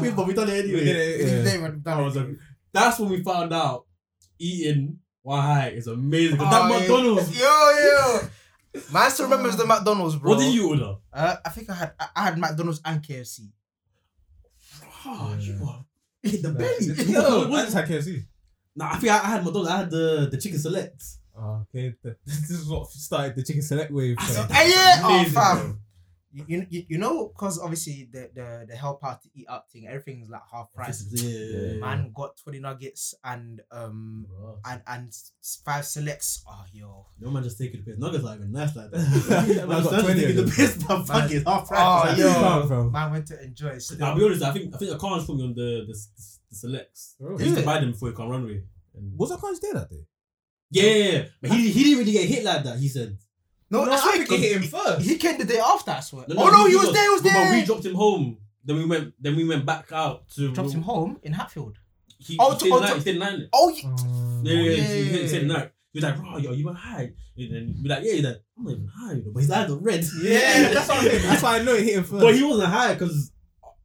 S7: we probably done it
S5: We
S7: anyway.
S5: did it,
S4: It's
S5: yeah.
S4: there when-
S6: I was like, that's when we found out eating Wahai is amazing. 'Cause that
S4: Oh, yeah.
S6: McDonald's,
S4: Yo, yo. Man still remembers the McDonald's, bro.
S6: what did you order?
S4: Uh, I think I had I, I had McDonald's and KFC.
S5: Ah,
S6: Oh, you are-
S7: In the
S5: Nah,
S7: belly.
S5: just-
S6: Yo,
S5: I just had KFC.
S7: Nah, I think I, I had McDonald's. I had the, the chicken select.
S5: Oh, okay, th- this is what started the chicken select wave. so-
S4: Hey, yeah, oh,
S6: Amazing,
S4: fam. You, you, you- you know, because obviously the, the, the help out to eat out thing, everything's like half price.
S7: Yeah.
S4: Man got 20 nuggets and um
S7: Bruh.
S4: and and s- five selects. Oh yo.
S7: No man just taking the piss. Nuggets aren't even nice like that.
S5: Man
S7: man
S5: got
S7: just
S5: 20
S7: taking
S5: of
S7: the
S5: them.
S7: piss. Man, fuck it, half
S4: Oh,
S7: price. It's
S4: yo.
S7: like,
S5: Come from.
S4: Man went to enjoy still.
S6: I'll be honest, I think I think Akan's put me on the the, the, the selects.
S4: Oh,
S6: I used to buy them before he come runway. And
S5: Was I can't there that day?
S6: yeah, yeah, yeah.
S7: But he, he didn't really get hit like that, he said.
S4: No, that's
S8: I
S4: right,
S8: think it hit him first.
S4: He came the day after, I swear. oh no, he, was there, he was
S6: but- But
S4: there.
S6: we dropped him home. Then we went. Then we went back out to.
S4: Dropped him home in Hatfield.
S6: He,
S4: Oh,
S6: he
S4: to-
S6: stayed
S4: oh,
S6: the night.
S4: to-
S6: He stayed the night.
S4: Oh, yeah.
S5: Um,
S6: Yeah, yeah,
S4: yeah,
S6: yeah. He
S4: yeah,
S6: didn't say
S4: yeah.
S6: no. He was like, bro, yo, you were high. And then be like, yeah, he's like, I'm not even high. you know, But
S7: But
S6: he's
S7: his
S6: like,
S7: eyes are red.
S8: Yeah, that's what I mean.
S5: Oh, That's why I know it hit him first.
S6: but he wasn't high because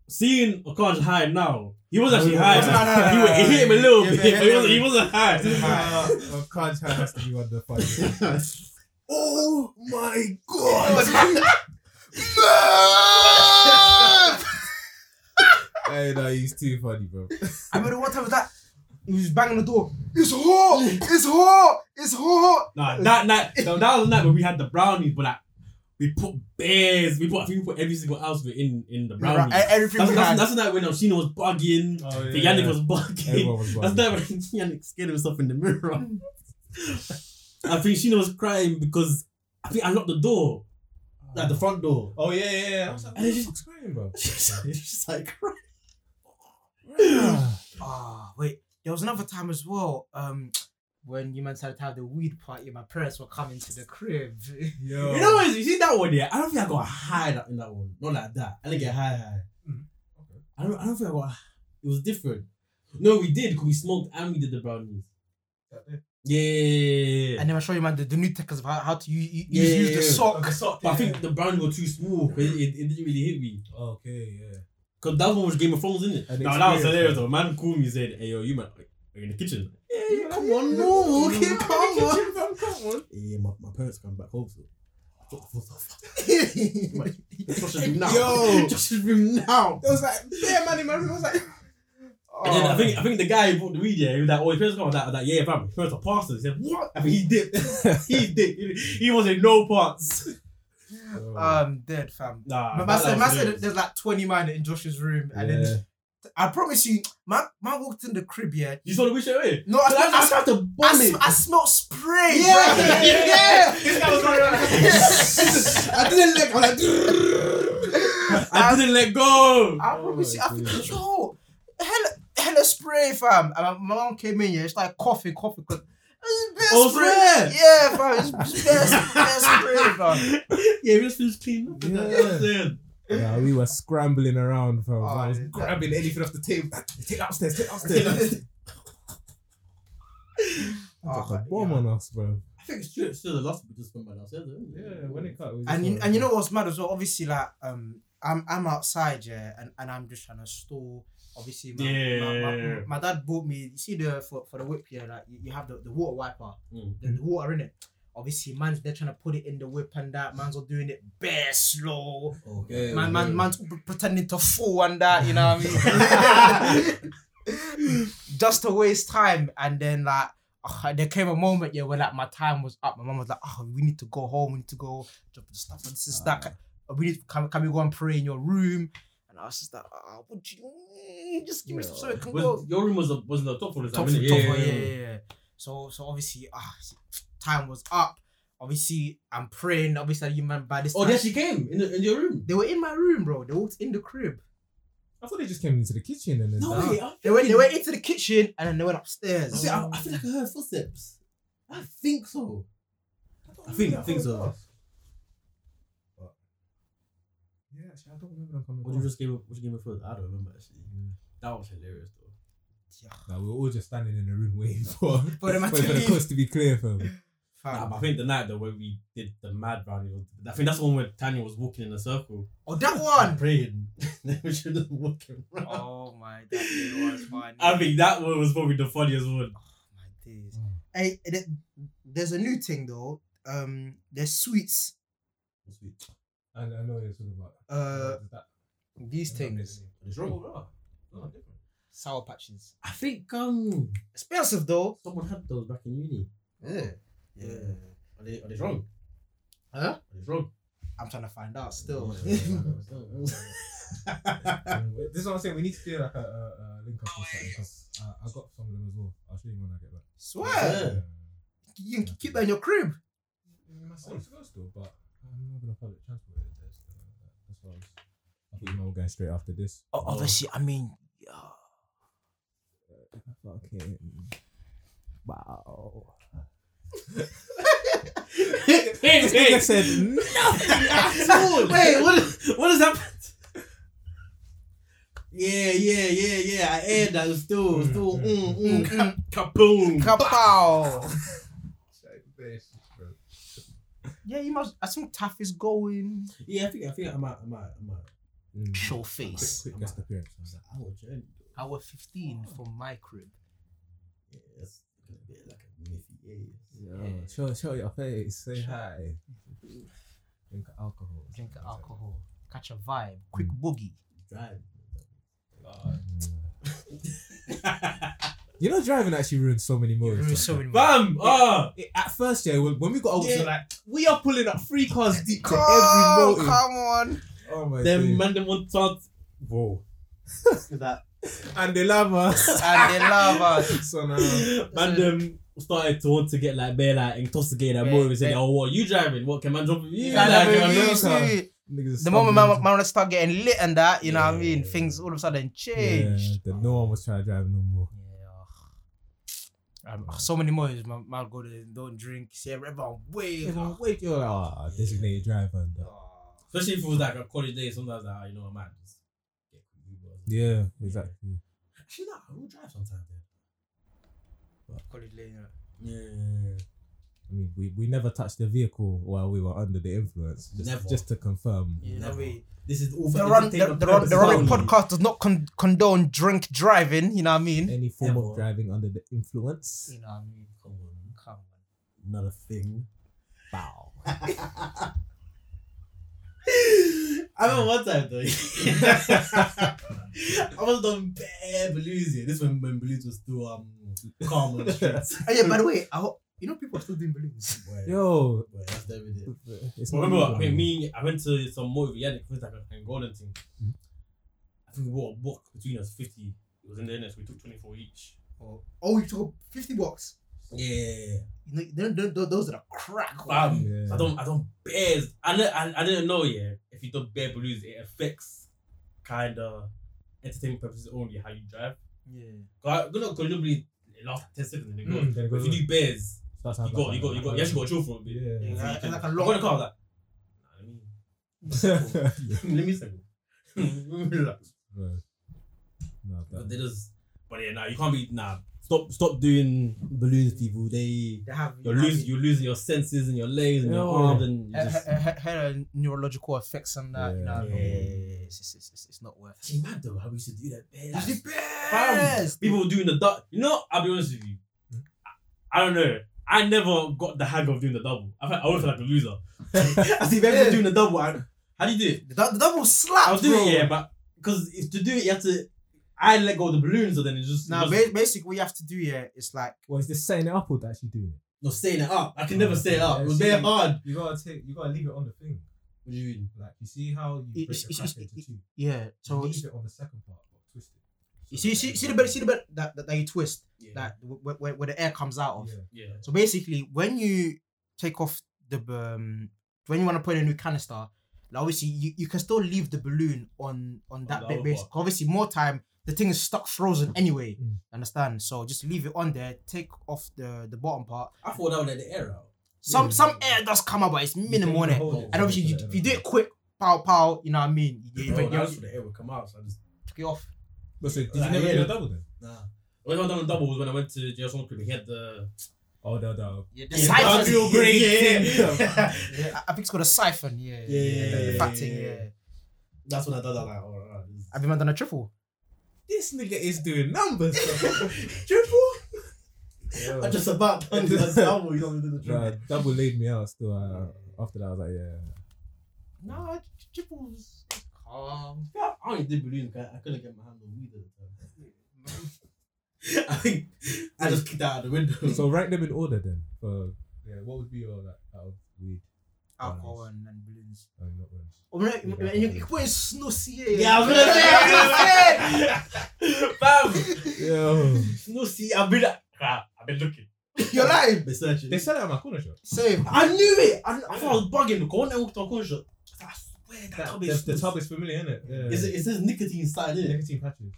S6: seeing Akanj high now, he was actually high.
S5: No, no, no,
S6: He
S5: no,
S6: was- it hit him a little
S4: Yeah,
S6: bit,
S4: yeah,
S6: but he
S4: yeah,
S6: wasn't, he
S4: yeah.
S6: wasn't high.
S5: Uh, oh, Kanji has to be one of the funniest.
S3: Oh my god!
S5: hey, no, he's too funny, bro.
S4: I remember one time was that he was banging the door. It's hot! It's hot! It's hot!
S6: Nah, that night, no, that was the night when we had the brownies, but like, we put bears, we put, I think we put every single ounce of it in, in the brownies.
S4: Right, e- Everything
S6: That's,
S4: we
S6: that's,
S4: had.
S6: that's the night when Oshina was bugging,
S5: Oh,
S6: the
S5: yeah.
S6: Yannick was bugging.
S5: Everyone was
S6: That's
S5: one.
S6: not when Yannick scared himself in the mirror. I think Sheena was crying because I think I locked the door, like the front door.
S5: Oh, yeah, yeah, yeah. I was like, what
S6: And
S5: the
S6: it's
S5: fuck's crying, bro?
S6: She's like crying.
S4: Ah, wait. There was another time as well. Um, when you man started to have the weed party, my parents were coming to the crib.
S5: Yo.
S6: You know what? You see that one there? I don't think I got high that- in that one. Not like that. I didn't get high high. I don't. I don't think I got. It was different. No, we did because we smoked and we did the brownies. Yeah, yeah, yeah, yeah.
S4: And then I show you man the, the new techniques of how, how to use, use,
S6: Yeah,
S4: use
S6: yeah,
S4: the
S6: yeah.
S4: sock.
S6: But I think the brownies were too small. 'cause It, it, it didn't really hit me.
S5: Okay, yeah.
S6: Cause that one was Game of Thrones, isn't it?
S5: An
S6: No, that was
S5: experience,
S6: hilarious.
S5: man.
S6: though. A man called me and said, "Hey, yo, you man, are you in the kitchen?"
S5: Hey,
S7: Come on, no, okay, come on.
S5: Come on.
S7: Yeah, my, my parents come back home, so. What the fuck?
S6: Josh's room now.
S5: Yo.
S6: Josh's room now.
S5: It was like, yeah, man, in my room. I was like,
S6: And
S4: Oh,
S6: then I think I think the guy who bought the weed, yeah, he was like, "Oh, his parents come." I was like, I was like, "Yeah, fam, his parents are pastors." He said, "What?" I mean, he dipped. he dipped. He, he was in no parts.
S5: Uh,
S4: Um, dead fam.
S6: Nah. that-
S4: Man, man
S6: that
S4: said,
S6: was
S4: man said
S6: hilarious.
S4: there's like 20 men in Josh's room, and
S5: yeah.
S4: then I promise you, man, man walked in the crib. Yeah,
S6: you saw the eh? weed straight away.
S4: no, I,
S6: But I, I,
S4: I,
S6: tried to
S4: I,
S6: bomb it.
S4: sm- I smelled spray.
S7: Yeah,
S4: bruh.
S7: yeah, yeah.
S8: This guy was running around like,
S7: I didn't like. I'm like,
S6: I didn't let go.
S4: I
S5: Oh
S4: promise you,
S5: my
S4: I think,
S5: goodness.
S4: yo, hella, hella spray, fam. And my mom came in here, she like coughing, coughing, because it's best
S6: Oh,
S4: spray.
S6: spray.
S4: Yeah, fam, it's best, best spray, fam.
S6: yeah, we just finished cleaning up.
S5: Yeah.
S6: That's it.
S5: Yeah, we were scrambling around, bro.
S4: Oh,
S5: I was
S4: yeah.
S5: grabbing anything off the table. Take it upstairs, take it upstairs.
S4: Oh,
S5: Like a bomb
S4: yeah.
S5: on us, bro.
S6: I think it's true. It's still the last we just spent by downstairs.
S5: cut, we
S4: And you, and you know what's mad as well? Obviously, like um, I'm I'm outside, yeah, and, and I'm just trying to store. Obviously, my, my, my-
S6: Yeah.
S4: my dad bought me. You see the for, for the whip, yeah, like you, you have the, the water wiper,
S6: Mm.
S4: the, the water in it. Obviously, man's they're trying to put it in the whip and that. Man's all doing it bare slow.
S7: okay.
S4: Man, man, man's p- pretending to fool and that, you know what I mean? Just to waste time. And then, like, ah, there came a moment, yeah, where like my time was up. My mum was like, "Oh, we need to go home. We need to go drop the stuff. This is that. Can, we need. Can, can we go and pray in your room?" And I was just like, "Oh, would you just give me some so I can go."
S6: Was, your room was the, was the top one.
S4: top,
S6: yeah,
S4: top
S6: yeah,
S4: one, yeah,
S6: yeah.
S4: yeah, yeah. So so obviously ah time was up. Obviously I'm praying. Obviously you man by this
S6: Oh,
S4: time.
S6: there she came in, the, in your room.
S4: they were in my room, bro. They walked in the crib.
S5: I thought they just came into the kitchen and then
S6: No
S5: down.
S6: way. I,
S4: They went they went into the kitchen and then they went
S7: I,
S4: upstairs.
S7: see, I, I feel like I heard footsteps. I think so. I think I think so.
S5: Yeah, actually, I don't remember them coming.
S7: What you just gave up? What you gave up for? I don't remember actually. That was hilarious though.
S5: Like, we were all just standing in the room waiting for
S4: For the man
S5: waiting
S4: to
S5: for the
S4: leave.
S5: coast to be clear for me.
S7: Nah,
S4: Fam.
S7: but I think the night though when we did the mad round, it was, I think that's the one where Tanya was walking in a circle,
S4: Oh that one.
S7: praying. Then we should just walking around.
S4: oh my that video was funny.
S6: I think that one was probably the funniest one.
S4: my days. Mm. Hey, th- there's a new thing though. Um, there's sweets.
S5: I, I know what you're talking about.
S4: Uh,
S5: That- that-
S4: these things,
S7: It's wrong. bro. No, different.
S4: sour patches,
S7: I think um
S4: expensive though.
S7: someone had those back in uni.
S4: Yeah.
S7: Yeah. Are they are they wrong?
S4: Huh?
S7: Are they wrong?
S4: I'm trying to find out still.
S5: Um, This is what I'm saying. We need to do like a, a, a link up or something. 'cause, uh, I got some of them as well. I'll show you when I get back.
S4: Swear. You can keep that in your crib.
S5: Um, my son's supposed to, but I'm not gonna public transport it. That's, uh, that's what I was. I thought you might were going straight after this.
S4: Oh, I mean,
S5: Fucking. Wow.
S6: Hey, hey,
S5: said
S7: Wait, what is, what is that? Yeah, yeah, yeah, yeah. I aired that. It was still, it was still. Mm, mm, mm. Kaboom.
S4: kapow. yeah, you must. I think Taff is going.
S7: Yeah, I think, I think I might, I might, I might.
S4: Show face.
S5: Quick guest appearance. I was like,
S7: I will join.
S4: Hour 15 from my crib.
S7: Yeah, that's gonna be like a mythy yeah.
S5: Yo, Oh, show, show your face. Say hi. Drink alcohol.
S4: Drink alcohol. Catch a vibe. Quick boogie.
S7: Drive.
S5: You know, driving actually ruins so many moments.
S4: Ruins so many
S6: Bam!
S4: moments.
S6: Ah!
S5: It- at first, yeah, when, when we got out,
S7: Yeah.
S5: we were like, we are pulling up three cars deep to every
S4: Oh,
S5: motive.
S4: come on.
S5: Oh my
S7: Then
S5: days.
S7: man, them want to. Whoa. that.
S5: and they love us.
S4: And they love us.
S5: so now,
S6: Man, them started to want to get like bare like intoxicated. I'm
S4: Yeah,
S6: always saying,
S4: yeah.
S6: "Oh, what you driving? What can man drop with you?"
S5: Yeah,
S6: Like,
S5: like,
S6: can man
S5: yeah,
S6: drop-
S5: America.
S4: yeah.
S5: niggas are
S4: The moment man,
S5: stumbling.
S4: man wanna start getting lit and that, you know what I mean?
S7: Yeah.
S4: Things all of a sudden changed.
S5: Yeah, that no one was trying to drive no more.
S4: Yeah. Um, so many more. My, my go to don't drink. See everyone wave.
S5: Everyone wake you up. Ah, designated driver. And that.
S6: Especially if it was like a college day, sometimes like, ah, you know, man, just get Uber.
S5: Yeah, exactly.
S7: Actually, nah, I will drive sometimes. Yeah.
S4: College later.
S5: I mean, we, we never touched the vehicle while we were under the influence. Just,
S7: Never.
S5: just to confirm.
S4: You know, we,
S7: This is all for
S4: the run, the,
S7: entertainment
S4: the, run,
S7: purposes
S4: the running
S7: only.
S4: podcast does not con- condone drink driving. You know what I mean?
S5: Any form
S7: Never.
S5: of driving under the influence.
S4: You know what I mean? Come on, come on.
S7: Not a thing.
S5: Bow.
S7: I remember one time though. I was on bare Belize. This when when Belize was still um calm on the streets.
S4: Oh yeah. By the way, I hope you know people are still doing balloons.
S7: Boy,
S5: Yo,
S7: boy, that's the every day.
S5: it's
S6: But
S5: not
S6: remember,
S5: legal
S6: I mean,
S5: anymore.
S6: me, I went to some motive. Yeah, it was like a golden thing.
S4: Mm-hmm.
S6: I think we bought a book between us, fifty. It was in the internet. So we took twenty four each.
S4: Oh, oh, you took fifty bucks.
S7: Yeah.
S4: You know, then- then- then those are the crack. ones.
S6: Bam!
S5: Yeah.
S6: I don't, I don't bears. I, ne- I, I didn't know. Yeah, if you don't bear balloons, it affects kind of entertainment purposes only how you drive.
S4: Yeah.
S6: Cause I, you know, cause nobody last ten seconds and they go.
S5: Mm, then it
S6: But
S5: goes
S6: if you do bears,
S5: Starts
S6: you
S5: happening.
S6: got, you got, you got. You actually got to chill for a bit.
S5: Yeah.
S4: Yeah, like- like a
S6: I got in the
S4: lot.
S6: car. I was like, nah, let me. Let me settle. Let me relax.
S5: Right. No,
S6: But
S5: that-
S6: they just, but yeah, nah, you can't be nah. Stop, stop doing balloons, people. They
S4: They have.
S6: you're
S4: you know,
S6: losing, you're losing your senses and your legs and your
S5: Yeah.
S6: arms and you
S4: had,
S6: just.
S4: neurological effects on that. You know,
S5: Yeah.
S4: what I mean?
S6: Yeah.
S4: It's, it's, it's, it's not worth.
S7: Actually, mad though how we used to do that. Bare like,
S4: It's
S6: Fam,
S4: best.
S6: people doing the double. You know, I'll be honest with you. I, I don't know. I never got the hang of doing the double. I felt, I always felt like a loser. I see people doing the double. I, how do you do it?
S4: The, dou- the double slap.
S6: I was doing
S4: bro.
S6: it, yeah, but because to do it, you have to I let go of the balloons, so then it just
S4: Now,
S6: it
S4: ba- basically, what you have to do here is like,
S5: Well, is this setting it up or actually doing it?
S6: no staying it up. I can never stay it up. It was
S5: Yeah,
S6: very
S5: see.
S6: hard.
S5: You gotta take. You gotta leave it on the thing.
S6: What do you mean?
S5: Like you see how you
S4: It-
S5: break the
S4: it's-
S5: crack
S4: it's-
S5: into two.
S4: yeah.
S5: So
S4: So
S5: leave
S4: you
S5: it on the second part, but twist it.
S4: see, see, see the bit, see the bit that, that, that you twist,
S6: Yeah.
S4: that where, where, where the air comes out of.
S5: Yeah.
S6: yeah.
S4: So basically, when you take off the um, when you want to put in a new canister, like obviously you, you can still leave the balloon on on that
S6: the
S4: bit.
S6: other
S4: Base.
S6: part.
S4: Obviously, more time the thing is stuck frozen anyway.
S5: Mm.
S4: Understand? So just leave it on there. Take off the the bottom part.
S6: I thought that would let the air out.
S4: Some
S6: Yeah.
S4: some air does come out, but it's minimal
S5: You
S4: on
S5: can
S4: it.
S5: hold it.
S4: And obviously, you, if you do it quick, pow pow, you know what I mean. You, you,
S7: Bro,
S4: you,
S7: that's
S4: you-
S7: when the air would come out. So I just
S4: took it off.
S5: But so did you
S6: Like,
S5: never
S6: yeah,
S5: do a
S6: the-
S5: double then?
S7: nah.
S6: The only time I've done a double was when I went to JS One Club. He had the
S5: Oh, no, no.
S4: Yeah,
S6: Yeah,
S4: siphon.
S6: double break. Yeah,
S4: I- I think it's called a siphon. Yeah,
S7: Yeah, yeah,
S4: the
S7: yeah,
S4: fat thing,
S7: yeah,
S4: Yeah,
S7: yeah. That's when I done that. Like, all right, this-
S4: I've been done a triple.
S5: This nigga is doing numbers.
S7: I just about done the double. You don't do the
S5: Nah,
S7: triple.
S5: double laid me out still. Uh, after that, I was like, yeah.
S4: No, triples. Calm.
S6: I only did balloons. 'cause I couldn't get my hand on weed at the time. I think I just kicked out of the window.
S5: So rank them in order then. For yeah, what would be your like out of weed?
S4: Alcohol
S5: Orange.
S4: and, and balloons.
S5: I mean, not orange.
S4: Or you, you, you, you can put in snow CA.
S6: Yeah, I was gonna say, I was gonna say,
S5: Yo,
S6: fam. No, see, I've been, ah, I've been looking.
S4: You're lying.
S6: Been searching.
S5: they sell it at my corner shop.
S4: Same.
S6: I knew it. I, I thought I was bugging because when I walked to a corner shop, I said, I swear that,
S5: That,
S6: tub
S5: the,
S6: is
S5: the tub is familiar, isn't it? Yeah.
S6: It, it says nicotine inside it.
S5: nicotine patches?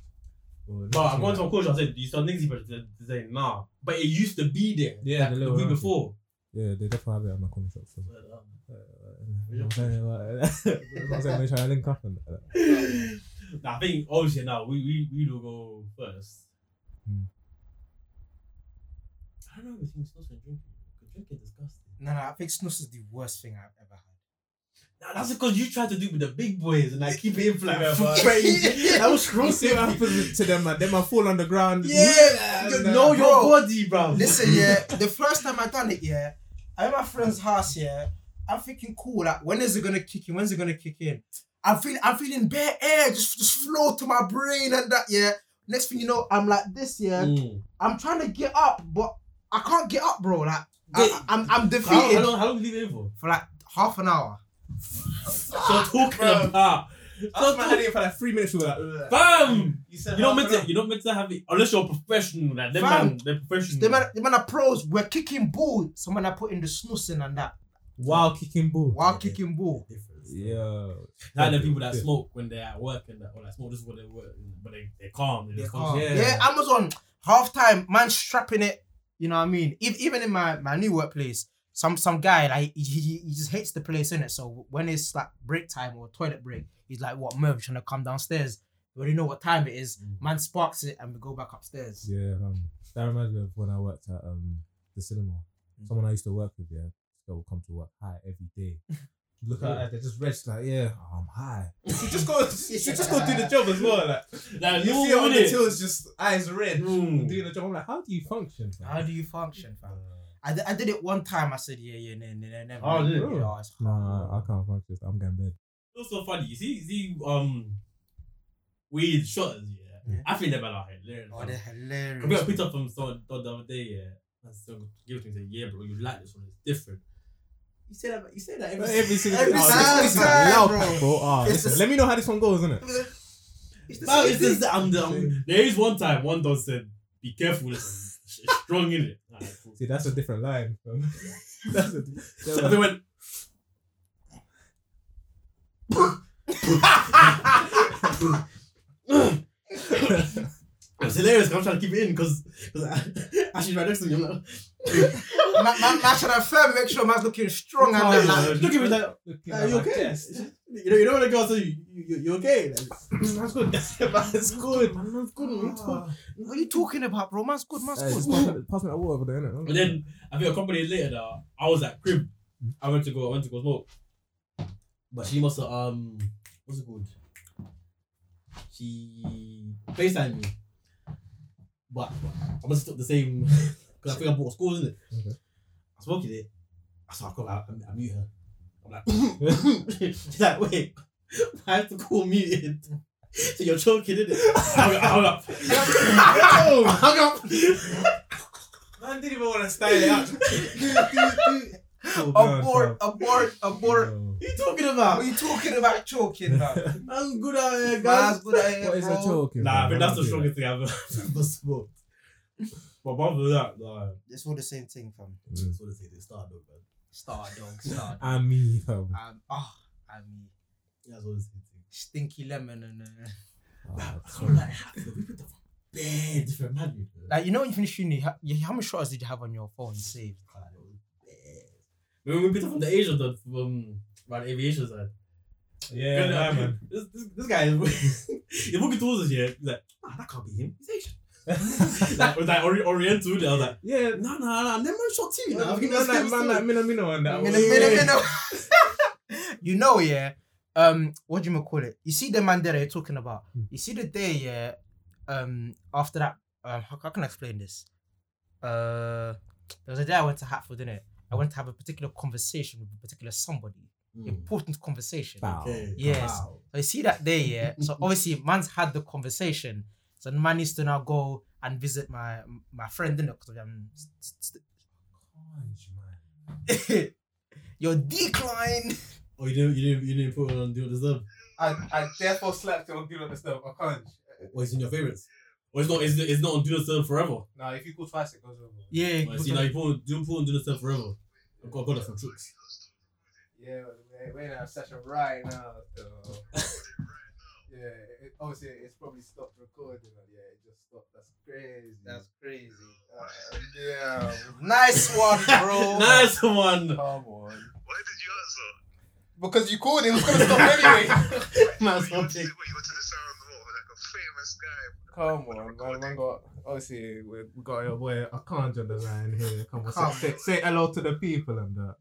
S5: Or
S6: But I
S5: nicotine-
S6: went to a corner shop. I said, "Do you sell nicotine?" But they they say, "Nah." But it used to be there.
S5: Yeah,
S6: like,
S5: the
S6: the,
S5: little
S6: week
S5: round
S6: before.
S5: Yeah, they definitely have it at my corner shop. So.
S6: But, um,
S5: Uh, I'm saying, like, I'm saying, we try to link up and that.
S6: nah, I think obviously now we we we do go first.
S5: Hmm.
S6: I don't know if it's supposed to drinking. Because Drinking is disgusting.
S4: No, no, I think snus is the worst thing I've ever had.
S6: Nah, that's because you try to do with the big boys and I keep it in flat.
S5: Yeah, but-
S6: that was
S5: You
S6: gross.
S5: see what happens to them, man. Them I fall on the ground.
S4: Yeah,
S5: Nah.
S6: Know your
S4: Bro.
S6: body, bro.
S4: Listen, yeah, the first time I done it, yeah, I'm at my friend's house, yeah. I'm thinking, cool, like, when is it gonna kick in? When's it gonna kick in? I'm feeling, I'm feeling bare air just, just flow to my brain and that, yeah. Next thing you know, I'm like this, yeah.
S6: Mm.
S4: I'm trying to get up, but I can't get up, bro. Like, I, I- I'm, I'm defeated.
S6: How, how long? How long did you live in for?
S4: for like half an hour.
S6: So talking about.
S5: That's
S6: So
S5: my
S6: talking.
S5: headache for like three minutes. We were like, "Ugh."
S6: Bam.
S5: you said
S6: You don't
S5: half
S6: meant
S5: an
S6: to.
S5: hour.
S6: You don't meant to have it unless you're a professional. Like them
S4: Fam.
S6: man, they're professional.
S4: The man, the man are pros. We're kicking ball. Someone I put in the snus in and that
S5: While kicking ball.
S4: while kicking ball.
S5: Yeah.
S6: Like the people that smoke when they're at work and that, or like smoke just what they work, but they they're calm. They're
S4: Yeah,
S6: just calm.
S5: Yeah.
S4: Amazon half time man strapping it. You know what I mean? Ev- Even in my, my new workplace, some some guy like he, he, he just hates the place in it. So when it's like break time or toilet break, he's like, "What Merv trying to come downstairs?" We already know what time it is. Man sparks it and we go back upstairs.
S5: Yeah, um, that reminds me of when I worked at um the cinema. Someone I used to work with, yeah, that would come to work high every day. Look at her, they're just rich, like, yeah, I'm high. She just go, she just go do the job as well. Like,
S6: Like
S5: you
S6: no
S5: see her on
S6: one
S5: the
S6: it.
S5: till, it's just eyes red,
S6: Mm.
S5: doing the job. I'm like, how do you function? fam?
S4: How do you function, fam? I, di- I did it one time. I said, yeah, yeah, no, no, no, never.
S6: Oh,
S4: mind."
S6: did
S5: it?
S4: Yeah, it's hard.
S5: Nah, I can't function. I'm going to bed.
S6: It's so funny. You see, you see, um, weird shotters. Yeah,
S4: Yeah.
S6: I think they're about like hilarious.
S4: Oh, they're hilarious.
S6: I got a picture up from someone the other day. Yeah, and someone gave it to me. Said, "Yeah, bro, you like this one? It's different." You say that. You say that every,
S5: Every single
S4: Every
S5: Oh,
S4: single
S5: this, this is
S4: time,
S5: loud,
S4: bro.
S5: bro. Ah,
S4: It's
S5: listen,
S4: just-
S5: let me know how this one goes, isn't it?
S4: It's the
S6: No,
S4: same
S6: it's
S4: thing.
S6: just that I'm the. I'm, there is one time one dog said, "Be careful, it's it's strong in it." Alright, cool.
S5: See, that's a different line. fam. that's a,
S6: So they went. It's hilarious. 'cause I'm trying to keep it in because Ashley's right next to me. I'm like,
S4: Ma- ma- ma- should I firm make sure man's looking strong and then like,
S6: look at me like,
S5: Looking
S6: "Are
S5: at
S6: you
S5: my
S6: okay?
S5: chest.
S6: You know, you know when a girl says, you, you, you okay? Like, man's good. man's good. Man's good. Man's good.
S4: what are you talking about, bro? Man's good, man's
S5: Hey, just
S4: good.
S5: pass me- pass me that water over there, innit?
S6: And then I think a couple days later, though, I was at crib. I went to go. I went to go smoke. But she must have um, what's it called? She FaceTimed me. But I must have took the same because I think I bought scores in it.
S5: Okay.
S6: I smoked it. So I call her. I, I mute her. I'm like, she's like, wait, why is the call muted? So you're choking, innit? Hung up. Hung up.
S1: Hung up.
S3: Man didn't even want to style it out.
S4: Oh, Abort, abort, abort.
S5: Yo.
S6: What are you talking about?
S4: What are you talking about choking, man?
S6: I'm good at
S7: eh,
S6: it,
S4: Man's good at
S5: What
S4: it,
S5: is a
S4: bro.
S5: joke?
S6: Nah, I
S5: bro?
S6: think that's the
S5: Don't do
S6: strongest thing I've ever smoked. But apart from that, nah.
S1: It's all the same thing, fam.
S5: that. Mm.
S7: That's what I say. They start though, man.
S4: Star dog, star dog.
S5: I mean, um,
S4: Um, ah, I mean,
S7: That's what I say.
S4: stinky lemon and uh,
S5: uh,
S7: Come like, we put the bad different man. you know.
S4: like you know when you finish uni, how, yeah, how many shots did you have on your phone saved?
S6: Remember we picked up from the Asia dot from about the aviation side.
S5: yeah,
S6: And, uh,
S5: nah, man.
S6: This, this, this guy is he's walking towards us here. He's like, nah, that can't be him. He's Asian. like, with that ori- Oriental, I was like,
S5: Yeah,
S6: no, no, no, never shot TV.
S5: man,
S6: Nah,
S5: like,
S6: I've given that
S5: man, like, Mina Mina on that.
S4: Minna,
S5: one.
S4: minna, minna. you know, yeah. Um, what do you call it? You see the man that you're talking about.
S5: Hmm.
S4: You see the day, yeah. Um, after that, um, how, how can I explain this? Uh, there was a day I went to Hatfield, didn't it? I went to have a particular conversation with a particular somebody.
S6: Hmm. Mm.
S4: Important conversation.
S5: Bow.
S7: Okay.
S4: Yes.
S7: Wow.
S4: So you see that day, yeah. So obviously, man's had the conversation. So the man needs to now go and visit my my friend, innit? Because I'm st-
S5: Conch, man.
S4: st- your decline.
S7: Oh, you didn't, you didn't, you didn't put it on Do Not Disturb.
S8: I, I therefore slapped him on Do Not Disturb. I can't.
S7: Oh, it's in your favorites.
S6: Well, it's not, it's, it's not on Do Not Serve Forever.
S8: Now, if you call twice, it goes over.
S4: Yeah.
S6: Like, see, now you put on, you put on Do Not Serve Forever. I got, I got that from Tricks.
S8: Yeah, man, we're in our session right now, though. yeah, it, obviously it's probably stopped recording. but yeah, it just stopped. That's crazy. That's crazy. Uh, yeah,
S4: Nice one, bro.
S6: nice one!
S8: come on. Because you called it, it was gonna stop anyway.
S6: Nice one.
S8: Come on, man. man got, obviously, we, we got your boy.
S5: I can't on the line here. Come on,
S8: Come
S5: say, say, say hello to the people and that.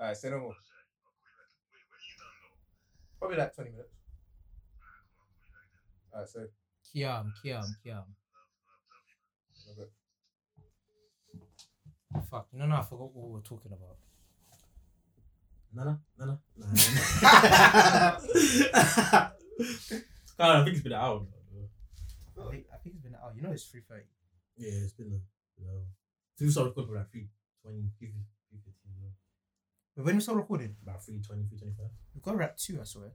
S8: Alright, say no more. Probably like 20 minutes. Alright, so.
S4: Kiam, Kiam, Kiam. Fuck. No, no, I forgot what we were talking about.
S7: Nana, nana, nana.
S6: God, I think it's been an hour.
S8: Oh.
S4: I think, I think it's been out. You know, it's three thirty.
S7: yeah, it's been a, you know, two sort of good for like three, twenty, three, three, fifteen, you know,
S4: But when we start recording,
S7: about three, twenty, three, twenty-five.
S4: we've got to wrap two. I swear.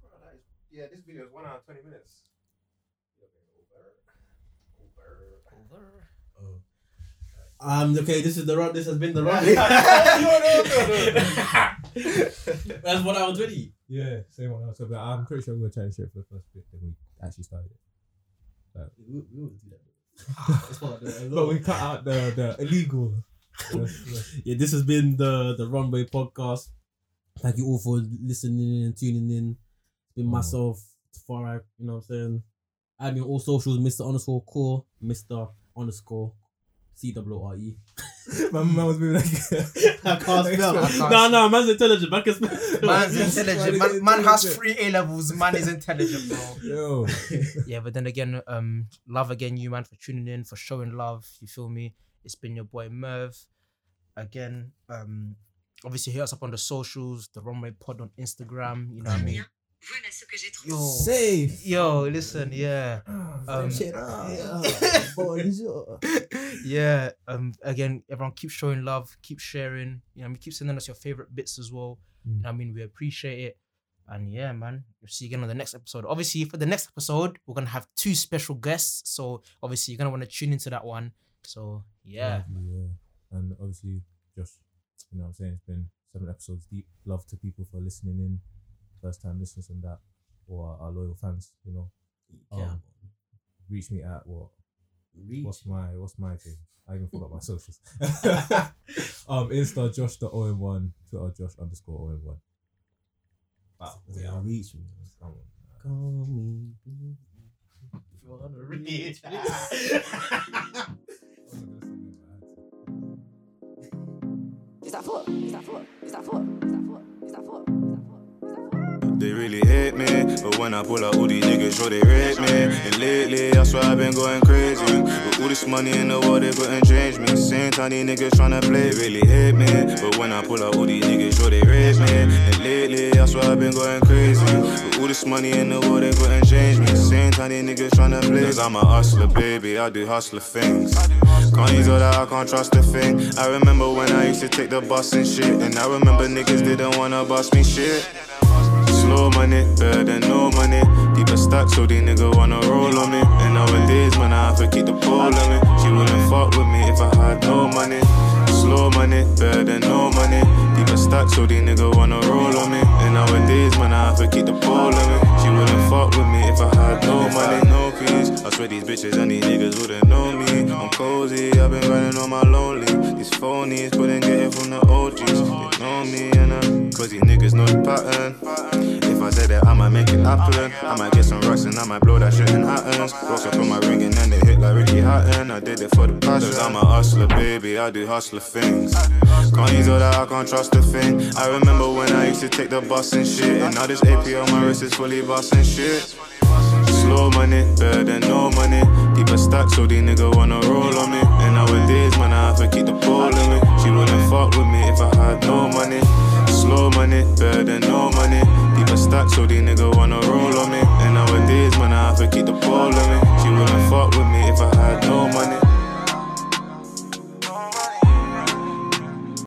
S8: Bro, that is, yeah, this video is one hour twenty minutes.
S7: Oh. Um. Okay. This is the run. This has been the run.
S6: That's one hour 20.
S5: Yeah, same one else. But I'm pretty sure we were chatting shit for the first bit, then we actually started it.
S7: we, we always do that. That's what I do. I
S5: But
S7: love
S5: we
S7: it.
S5: cut out the, the illegal.
S7: yeah, this has been the the Runway Podcast. Thank you all for listening and tuning in. It's been
S5: Oh.
S7: myself, Tafari, you know what I'm saying? I'm in all socials, Mr. underscore core, Mr. underscore C W R E.
S5: My mum was being like,
S7: I can't spell.
S6: No, no, man's intelligent. Man can spell.
S4: Man's
S5: Yes,
S4: intelligent.
S5: man
S4: Man,
S5: is
S4: man has
S5: intelligent.
S4: three A levels. Man is intelligent, bro.
S5: yo.
S4: yeah, but then again, um, love again, you man, for tuning in, for showing love. You feel me? It's been your boy Merv. Again, um, obviously hit us up on the socials, the Runway Pod on Instagram. You know what I mean?
S9: Voilà ce que j'ai trouvé.
S4: Yo,
S5: Safe.
S4: yo, listen, yeah, um, yeah. Um, again, everyone keep showing love, keep sharing. You know, what I mean, keep sending us your favorite bits as well. You know, what I mean, we appreciate it. And yeah, man, we'll see you again on the next episode. Obviously, for the next episode, we're gonna have two special guests. So obviously, you're gonna want to tune into that one. So yeah.
S5: Yeah. And obviously, just, you know what I'm saying, it's been seven episodes deep. Love to people for listening in, first time listeners and that, or our loyal fans, you know.
S7: Yeah.
S5: Um, reach me at what?
S7: Reach.
S5: What's my what's my thing? I even forgot my socials. um Insta Josh the O one, Twitter Josh underscore O one. Wow.
S7: We are reaching.
S5: Come on.
S7: Call me.
S2: They really hate me. But when I pull out all these niggas, sure they rate me. And lately, I swear I've been going crazy. But all this money in the world, they couldn't change me. Same time these niggas tryna play, really hate me. But when I pull out all these niggas, sure they rate me. And lately, I swear I've been going crazy. But all this money in the world, they couldn't change me. Same time these niggas tryna play. Cause I'm a hustler, baby, I do hustler things. Can't use all that, I can't trust a thing. I remember when I used to take the bus and shit. And I remember niggas didn't wanna bust me shit. Slow money, better than no money. Deeper stack, so these nigga wanna roll on me. And nowadays, man, I have to keep the pole on me. She wouldn't fuck with me if I had no money. Slow money, better than no money. Deeper stack, so these nigga wanna roll on me. And nowadays, man, I have to keep the pole on me. She wouldn't fuck with me if I had no money. No peace. I swear these bitches and these niggas wouldn't know me. I'm cozy, I've been riding on my lonely. These phonies couldn't get it from the OGs. They know me and I, cause these niggas know the pattern. If I said that, I might make it happen. I might get some rocks and I might blow that shit in Hattons. Rocks up on my ring and then it hit like Ricky Hatton. I did it for the passion. i I'm a hustler, baby, I do hustler things. Can't use all that, I can't trust a thing. I remember when I used to take the bus and shit. And now this AP on my wrist is fully boss and shit. Slow money, better than no money. Deeper stack, so these nigga wanna roll on me. And nowadays, man, I have to keep the ball on me. She wouldn't fuck with me if I had no money. Slow money, better than no money. Deeper stack, so these nigga wanna roll on me. And nowadays, man, I have to keep the ball on me. She wouldn't fuck with me if I had no money.